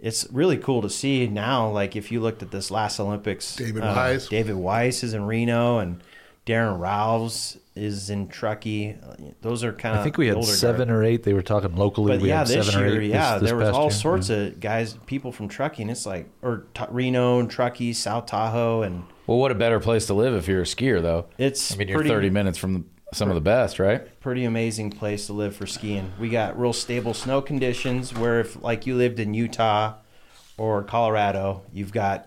[SPEAKER 3] it's really cool to see now. Like if you looked at this last Olympics, uh,
[SPEAKER 1] David Wise.
[SPEAKER 3] David Weiss is in Reno, and Darren Ralphs is in Truckee. Those are kind of
[SPEAKER 4] I think we had seven or eight. They were talking locally.
[SPEAKER 3] but
[SPEAKER 4] we
[SPEAKER 3] yeah,
[SPEAKER 4] had
[SPEAKER 3] this
[SPEAKER 4] seven or
[SPEAKER 3] year,
[SPEAKER 4] eight
[SPEAKER 3] yeah,
[SPEAKER 4] this- this
[SPEAKER 3] there was
[SPEAKER 4] past
[SPEAKER 3] all
[SPEAKER 4] year. Mm-hmm.
[SPEAKER 3] sorts
[SPEAKER 4] Yeah.
[SPEAKER 3] of guys, people from Truckee, and it's like, or t- Reno and Truckee, South Tahoe, and
[SPEAKER 2] Well, what a better place to live if you're a skier, though.
[SPEAKER 3] it's
[SPEAKER 2] I mean, you're
[SPEAKER 3] pretty,
[SPEAKER 2] 30 minutes from the, some of the best, right?
[SPEAKER 3] pretty amazing place to live for skiing. We got real stable snow conditions where if like you lived in Utah or Colorado, you've got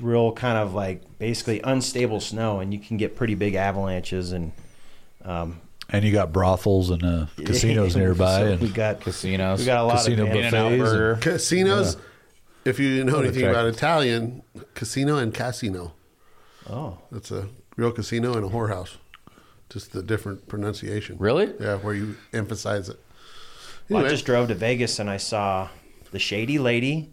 [SPEAKER 3] real kind of like basically unstable snow, and you can get pretty big avalanches and
[SPEAKER 4] And you got brothels and
[SPEAKER 3] [laughs]
[SPEAKER 4] uh, casinos nearby.
[SPEAKER 3] So
[SPEAKER 4] and
[SPEAKER 3] we got
[SPEAKER 2] Casinos.
[SPEAKER 3] we got a lot
[SPEAKER 4] Casino
[SPEAKER 3] of advantages.
[SPEAKER 2] In-N-Out
[SPEAKER 4] buffets and-
[SPEAKER 2] Burger.
[SPEAKER 1] Casinos. If you know anything
[SPEAKER 4] check.
[SPEAKER 1] about Italian, casino and casino.
[SPEAKER 3] Oh,
[SPEAKER 1] That's a real casino and a whorehouse. Just the different pronunciation.
[SPEAKER 2] Really?
[SPEAKER 1] Yeah, where you emphasize it.
[SPEAKER 3] Well, I
[SPEAKER 1] Anyway.
[SPEAKER 3] just drove to Vegas and I saw the Shady Lady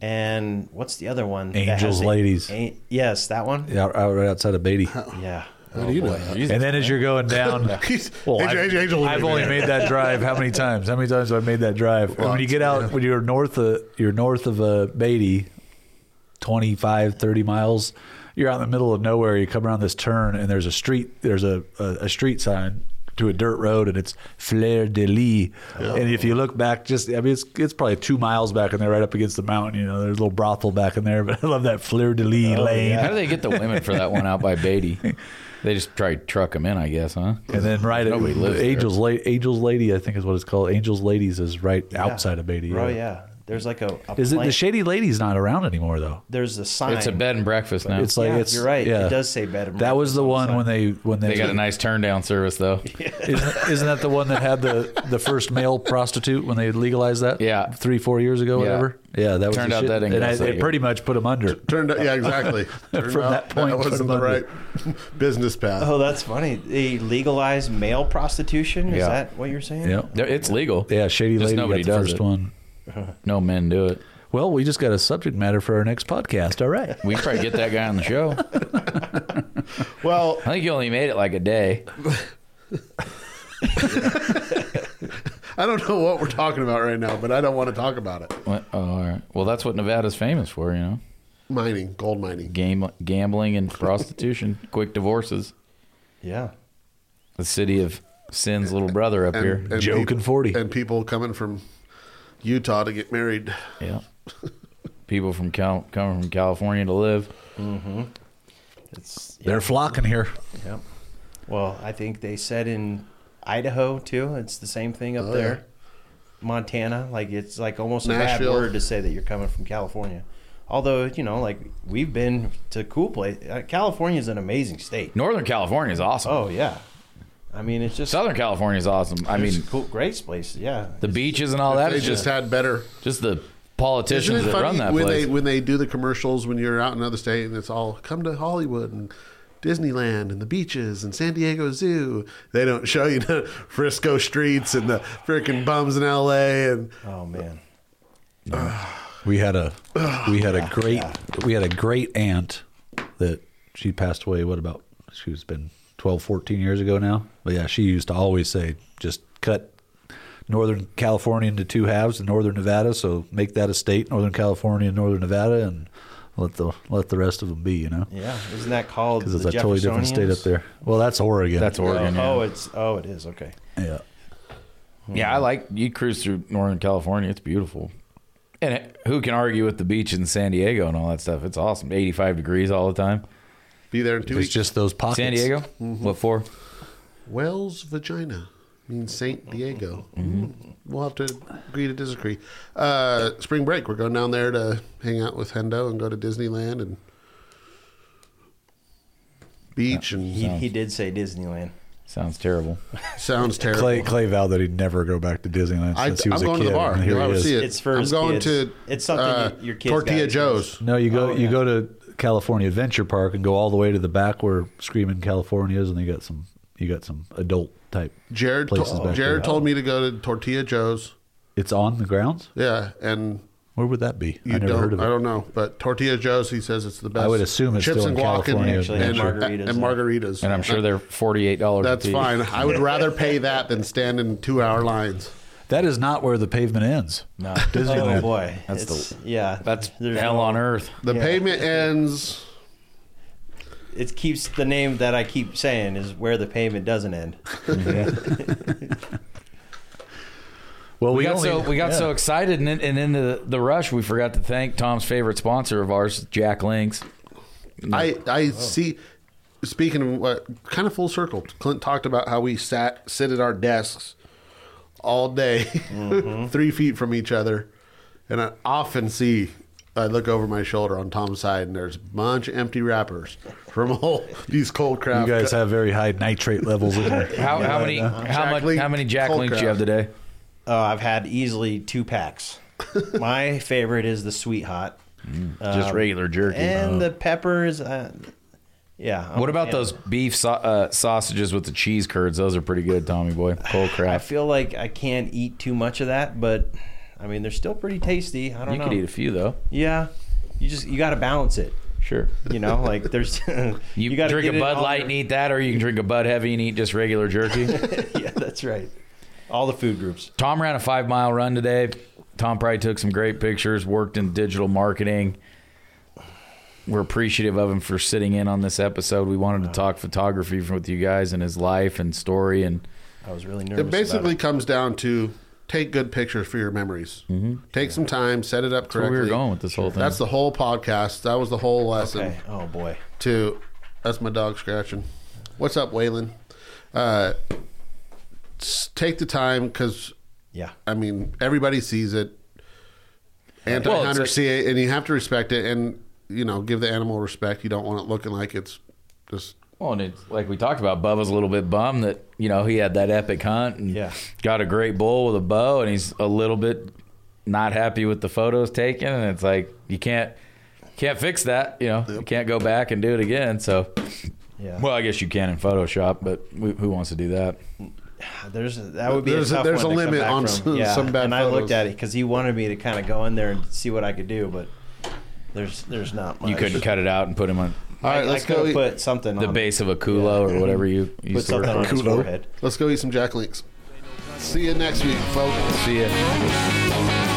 [SPEAKER 3] and what's the other one? that has
[SPEAKER 4] Mm-hmm. Angels
[SPEAKER 3] the-
[SPEAKER 4] Ladies.
[SPEAKER 3] A- yes, that one.
[SPEAKER 4] out, out right outside of Beatty.
[SPEAKER 3] Yeah.
[SPEAKER 1] How
[SPEAKER 3] Oh,
[SPEAKER 1] do you know that?
[SPEAKER 2] Jesus.
[SPEAKER 4] And then as you're going down,
[SPEAKER 2] [laughs]
[SPEAKER 1] He's-
[SPEAKER 4] well,
[SPEAKER 1] Angel-
[SPEAKER 4] I've,
[SPEAKER 1] Angel- Angel-
[SPEAKER 4] I've only made that drive how many times? How many times have I made that drive? And when you get out, when you're north of you're north of uh, Beatty, 25, 30 miles, you're out in the middle of nowhere. You come around this turn, and there's a street. There's a a, a street sign to a dirt road, and it's Fleur de Lis. And if you look back, just I mean, it's it's probably two miles back in there, right up against the mountain. You know, there's a little brothel back in there, but [laughs] I love that Fleur de Lis lane.
[SPEAKER 2] How do they get the women for that one out by
[SPEAKER 3] [laughs]
[SPEAKER 2] Beatty? They just try to truck them in, I guess, huh?
[SPEAKER 4] And then right at
[SPEAKER 2] Nobody lives there.
[SPEAKER 4] Angels, La- Angels Lady, I think is what it's called. Angels Ladies is right outside of Beatty.
[SPEAKER 3] Oh yeah, there's like a, a
[SPEAKER 4] Is it the
[SPEAKER 3] plant-
[SPEAKER 4] Shady Lady's not around anymore though?
[SPEAKER 3] There's a sign.
[SPEAKER 2] It's a bed and breakfast now.
[SPEAKER 4] It's like
[SPEAKER 3] Yeah,
[SPEAKER 4] it's
[SPEAKER 3] you're right. It
[SPEAKER 4] Yeah.
[SPEAKER 3] does say bed and
[SPEAKER 4] That was
[SPEAKER 3] breakfast
[SPEAKER 4] the
[SPEAKER 3] on the
[SPEAKER 4] one
[SPEAKER 3] sign.
[SPEAKER 4] when they when they,
[SPEAKER 2] they got a nice turn down service though.
[SPEAKER 4] isn't, isn't that the one that had the the first male prostitute when they legalized that?
[SPEAKER 2] Yeah.
[SPEAKER 4] three four years ago,
[SPEAKER 2] Yeah.
[SPEAKER 4] whatever. Yeah, that was
[SPEAKER 2] Turned
[SPEAKER 4] the
[SPEAKER 2] out
[SPEAKER 4] shit.
[SPEAKER 2] that didn't
[SPEAKER 4] and
[SPEAKER 2] go
[SPEAKER 4] I,
[SPEAKER 2] so
[SPEAKER 4] it
[SPEAKER 2] good.
[SPEAKER 4] pretty much put them under.
[SPEAKER 1] Turned out, yeah, exactly. Turned
[SPEAKER 4] From
[SPEAKER 1] out
[SPEAKER 4] that point,
[SPEAKER 1] that wasn't
[SPEAKER 4] from
[SPEAKER 1] the
[SPEAKER 4] under.
[SPEAKER 1] right [laughs] business path.
[SPEAKER 3] Oh, that's funny. They legalized male prostitution. Is
[SPEAKER 2] Yeah.
[SPEAKER 3] that what you're saying?
[SPEAKER 4] Yeah,
[SPEAKER 2] They're- It's legal.
[SPEAKER 4] yeah. Shady
[SPEAKER 2] Just
[SPEAKER 4] Lady got
[SPEAKER 2] nobody
[SPEAKER 4] the
[SPEAKER 2] does
[SPEAKER 4] first
[SPEAKER 2] it.
[SPEAKER 4] one.
[SPEAKER 2] No men do it.
[SPEAKER 4] Well, we just got a subject matter for our next podcast. All right.
[SPEAKER 2] We could probably get that guy on the show.
[SPEAKER 1] Well,
[SPEAKER 2] I think he only made it like a day.
[SPEAKER 1] I don't know what we're talking about right now, but I don't want to talk about it.
[SPEAKER 2] What? Oh, all right. Well, that's what Nevada's famous for, you know,
[SPEAKER 1] Mining, gold mining.
[SPEAKER 2] game, gambling, and prostitution, [laughs] quick divorces.
[SPEAKER 3] Yeah.
[SPEAKER 2] The city of sin's little brother up here.
[SPEAKER 4] Joke
[SPEAKER 1] peop-
[SPEAKER 4] and 40.
[SPEAKER 1] And people coming from Utah to get married.
[SPEAKER 2] yeah, people from Cal- coming from California to live.
[SPEAKER 3] It's
[SPEAKER 4] They're flocking here.
[SPEAKER 3] yeah. Well, I think they said in Idaho too. It's the same thing up
[SPEAKER 1] Oh,
[SPEAKER 3] there.
[SPEAKER 1] yeah.
[SPEAKER 3] Montana, like it's like almost a
[SPEAKER 1] Nashville.
[SPEAKER 3] bad word to say that you're coming from California. Although you know, like we've been to cool place. Uh, California is an amazing state.
[SPEAKER 2] Northern California is awesome.
[SPEAKER 3] Oh yeah, I mean it's just
[SPEAKER 2] Southern California is awesome. I
[SPEAKER 3] there's
[SPEAKER 2] mean,
[SPEAKER 3] cool, great places. Yeah,
[SPEAKER 2] the beaches and all that.
[SPEAKER 1] They
[SPEAKER 2] It's
[SPEAKER 1] just
[SPEAKER 2] just
[SPEAKER 1] had better.
[SPEAKER 2] just the
[SPEAKER 1] Isn't
[SPEAKER 2] politicians
[SPEAKER 1] it
[SPEAKER 2] that run
[SPEAKER 1] funny
[SPEAKER 2] that
[SPEAKER 1] when
[SPEAKER 2] place.
[SPEAKER 1] they when they do the commercials when you're out in another state and it's all come to Hollywood and Disneyland and the beaches and San Diego Zoo. They don't show you the [laughs] Frisco streets and the freaking bums in L.A. and
[SPEAKER 3] oh man,
[SPEAKER 4] We had a we had a great we had a great aunt that she passed away what about she was been 12 14 years ago now. But yeah, she used to always say just cut northern California into two halves, and northern Nevada, so make that a state, northern California and northern Nevada and let the let the rest of them be, you know.
[SPEAKER 3] yeah, isn't that called?
[SPEAKER 4] Cuz it's
[SPEAKER 3] the
[SPEAKER 4] a totally different state up
[SPEAKER 3] Jeffersonians?
[SPEAKER 4] there. Well, that's Oregon.
[SPEAKER 2] That's Oregon. yeah.
[SPEAKER 3] Oh, it's oh, it is okay.
[SPEAKER 4] Yeah.
[SPEAKER 2] Yeah, I like you cruise through Northern California. It's beautiful. And it, who can argue with the beach in San Diego and all that stuff? It's awesome. 85 degrees all the time.
[SPEAKER 1] be there in two
[SPEAKER 4] It's
[SPEAKER 1] weeks.
[SPEAKER 4] just those pockets.
[SPEAKER 2] San Diego? What for?
[SPEAKER 1] Well's vagina means Saint Diego. Mm, We'll have to agree to disagree. Uh, spring break, we're going down there to hang out with Hendo and go to Disneyland and beach and
[SPEAKER 3] He, he did say Disneyland.
[SPEAKER 2] Sounds terrible.
[SPEAKER 1] sounds terrible.
[SPEAKER 4] Clay Clay vowed that he'd never go back to Disneyland
[SPEAKER 1] I, I'm
[SPEAKER 4] since he was a
[SPEAKER 1] going
[SPEAKER 4] kid.
[SPEAKER 1] to the bar.
[SPEAKER 4] and here
[SPEAKER 1] You'll
[SPEAKER 4] he
[SPEAKER 1] ever
[SPEAKER 4] is.
[SPEAKER 1] see it.
[SPEAKER 3] It's for
[SPEAKER 1] I'm
[SPEAKER 3] his
[SPEAKER 1] going
[SPEAKER 3] kids.
[SPEAKER 1] to
[SPEAKER 3] It's something
[SPEAKER 1] uh,
[SPEAKER 3] your kids
[SPEAKER 1] Tortilla
[SPEAKER 3] gotta
[SPEAKER 1] Joe's.
[SPEAKER 4] No, you go
[SPEAKER 3] Oh,
[SPEAKER 4] you
[SPEAKER 3] yeah.
[SPEAKER 4] go to California Adventure Park and go all the way to the back where Screaming California is, and they got some you got some adult type
[SPEAKER 1] Jared,
[SPEAKER 4] places
[SPEAKER 1] to-
[SPEAKER 4] back
[SPEAKER 1] Jared
[SPEAKER 4] there.
[SPEAKER 1] told me to go to Tortilla Joe's.
[SPEAKER 4] It's on the grounds.
[SPEAKER 1] Yeah, and
[SPEAKER 4] Where would that be?
[SPEAKER 1] you
[SPEAKER 4] I never
[SPEAKER 1] don't.
[SPEAKER 4] heard of it.
[SPEAKER 1] I don't know, but Tortilla Joe's. He says it's the best.
[SPEAKER 4] would assume it's
[SPEAKER 1] chips
[SPEAKER 4] still
[SPEAKER 1] and
[SPEAKER 4] in
[SPEAKER 1] guac and,
[SPEAKER 4] California.
[SPEAKER 3] Actually,
[SPEAKER 1] and,
[SPEAKER 3] yeah, margaritas.
[SPEAKER 1] and margaritas.
[SPEAKER 2] And I'm sure they're $48 a
[SPEAKER 1] That's
[SPEAKER 2] piece.
[SPEAKER 1] fine. I would rather pay that than stand in two hour lines.
[SPEAKER 4] that is not where the pavement ends.
[SPEAKER 2] No.
[SPEAKER 3] Oh
[SPEAKER 4] Disneyland.
[SPEAKER 3] boy,
[SPEAKER 2] That's
[SPEAKER 3] It's- yeah.
[SPEAKER 2] That's
[SPEAKER 3] There's
[SPEAKER 2] hell
[SPEAKER 3] no-
[SPEAKER 2] on earth.
[SPEAKER 1] The
[SPEAKER 3] Yeah.
[SPEAKER 1] payment ends.
[SPEAKER 3] It keeps the name that I keep saying is where the pavement doesn't end.
[SPEAKER 4] [laughs] Well, we,
[SPEAKER 2] We got
[SPEAKER 4] only,
[SPEAKER 2] so we got so excited and, in- and into the, the rush, we forgot to thank Tom's favorite sponsor of ours, Jack Links.
[SPEAKER 1] I I
[SPEAKER 2] oh.
[SPEAKER 1] see. Speaking of what, kind of full circle. Clint talked about how we sat sit at our desks all day, [laughs]
[SPEAKER 2] Mm-hmm.
[SPEAKER 1] three feet from each other, and I often see. I look over my shoulder on Tom's side, and there's a bunch of empty wrappers from all [laughs] these cold
[SPEAKER 4] you
[SPEAKER 1] craft.
[SPEAKER 4] guys have very high nitrate levels in there.
[SPEAKER 2] [laughs] How, how many how
[SPEAKER 1] Jack
[SPEAKER 2] much
[SPEAKER 1] Link-
[SPEAKER 2] how many Jack
[SPEAKER 1] Cold
[SPEAKER 2] Links
[SPEAKER 1] Craft.
[SPEAKER 2] you have today?
[SPEAKER 3] Uh, I've had easily
[SPEAKER 2] [laughs]
[SPEAKER 3] two packs. My favorite is the sweet hot,
[SPEAKER 1] Uh,
[SPEAKER 2] Just regular jerky.
[SPEAKER 3] and the peppers. Uh, yeah. I'm
[SPEAKER 2] What
[SPEAKER 3] a
[SPEAKER 2] about
[SPEAKER 3] fan.
[SPEAKER 2] those beef sau- uh, sausages with the cheese curds? Those are pretty good, Tommy
[SPEAKER 3] [sighs]
[SPEAKER 2] boy. Cold
[SPEAKER 3] I
[SPEAKER 2] craft.
[SPEAKER 3] feel like I can't eat too much of that, but I mean they're still pretty tasty. I don't
[SPEAKER 2] You
[SPEAKER 3] know.
[SPEAKER 2] could eat a few though.
[SPEAKER 3] Yeah, you just you got to balance it.
[SPEAKER 2] Sure.
[SPEAKER 3] You know, like there's [laughs]
[SPEAKER 2] You,
[SPEAKER 3] gotta
[SPEAKER 2] drink
[SPEAKER 3] get
[SPEAKER 2] a
[SPEAKER 3] it
[SPEAKER 2] Bud
[SPEAKER 3] all
[SPEAKER 2] Light
[SPEAKER 3] your-
[SPEAKER 2] and eat that, or you can drink a Bud Heavy and eat just regular
[SPEAKER 3] [laughs]
[SPEAKER 2] jerky.
[SPEAKER 3] yeah, that's right. All the food groups.
[SPEAKER 2] Tom ran a five mile run today. Tom probably took some great pictures. Worked in digital marketing. We're appreciative of him for sitting in on this episode. We wanted to talk photography with you guys and his life and story and
[SPEAKER 3] I was really
[SPEAKER 1] It
[SPEAKER 3] nervous. about
[SPEAKER 1] basically comes down to take good pictures for your memories. Take some time, set it up
[SPEAKER 2] Mm-hmm. where
[SPEAKER 1] correctly.
[SPEAKER 2] we were going with this whole thing.
[SPEAKER 1] That's the whole podcast. That was the whole lesson.
[SPEAKER 3] Okay. Oh boy.
[SPEAKER 1] to that's my dog scratching. What's up, Waylon? Uh, s- take the time because
[SPEAKER 3] Yeah.
[SPEAKER 1] I mean everybody sees it. Anti
[SPEAKER 2] Well, it's
[SPEAKER 1] hunters
[SPEAKER 2] like-
[SPEAKER 1] see it, and you have to respect it, and you know give the animal respect. You don't want it looking like it's just
[SPEAKER 2] Well, and it's like we talked about, Bubba's a little bit bummed that you know he had that epic hunt and
[SPEAKER 3] Yeah.
[SPEAKER 2] got a great bull with a bow, and he's a little bit not happy with the photos taken, and it's like you can't can't fix that, you know, you can't go back and do it again. So,
[SPEAKER 3] Yeah.
[SPEAKER 2] well, I guess you can in Photoshop, but who who wants to do that?
[SPEAKER 3] There's that would be
[SPEAKER 1] There's
[SPEAKER 3] a
[SPEAKER 1] a-
[SPEAKER 3] tough
[SPEAKER 1] there's
[SPEAKER 3] one
[SPEAKER 1] a
[SPEAKER 3] to come
[SPEAKER 1] limit
[SPEAKER 3] back
[SPEAKER 1] on [laughs]
[SPEAKER 3] from.
[SPEAKER 1] some-
[SPEAKER 3] yeah.
[SPEAKER 1] some bad
[SPEAKER 3] And I
[SPEAKER 1] photos.
[SPEAKER 3] looked at it because he wanted me to kind of go in there and see what I could do, but there's there's not much.
[SPEAKER 2] You couldn't cut it out and put him on
[SPEAKER 1] all right.
[SPEAKER 3] I,
[SPEAKER 1] let's
[SPEAKER 3] I
[SPEAKER 1] go.
[SPEAKER 3] could
[SPEAKER 1] Eat,
[SPEAKER 3] put something
[SPEAKER 2] the
[SPEAKER 3] on
[SPEAKER 2] base of a culo or whatever you
[SPEAKER 3] Um, Put
[SPEAKER 2] use. to
[SPEAKER 3] something on
[SPEAKER 2] work.
[SPEAKER 3] his forehead.
[SPEAKER 1] let's go eat some jack links. See you next week, folks.
[SPEAKER 2] See ya.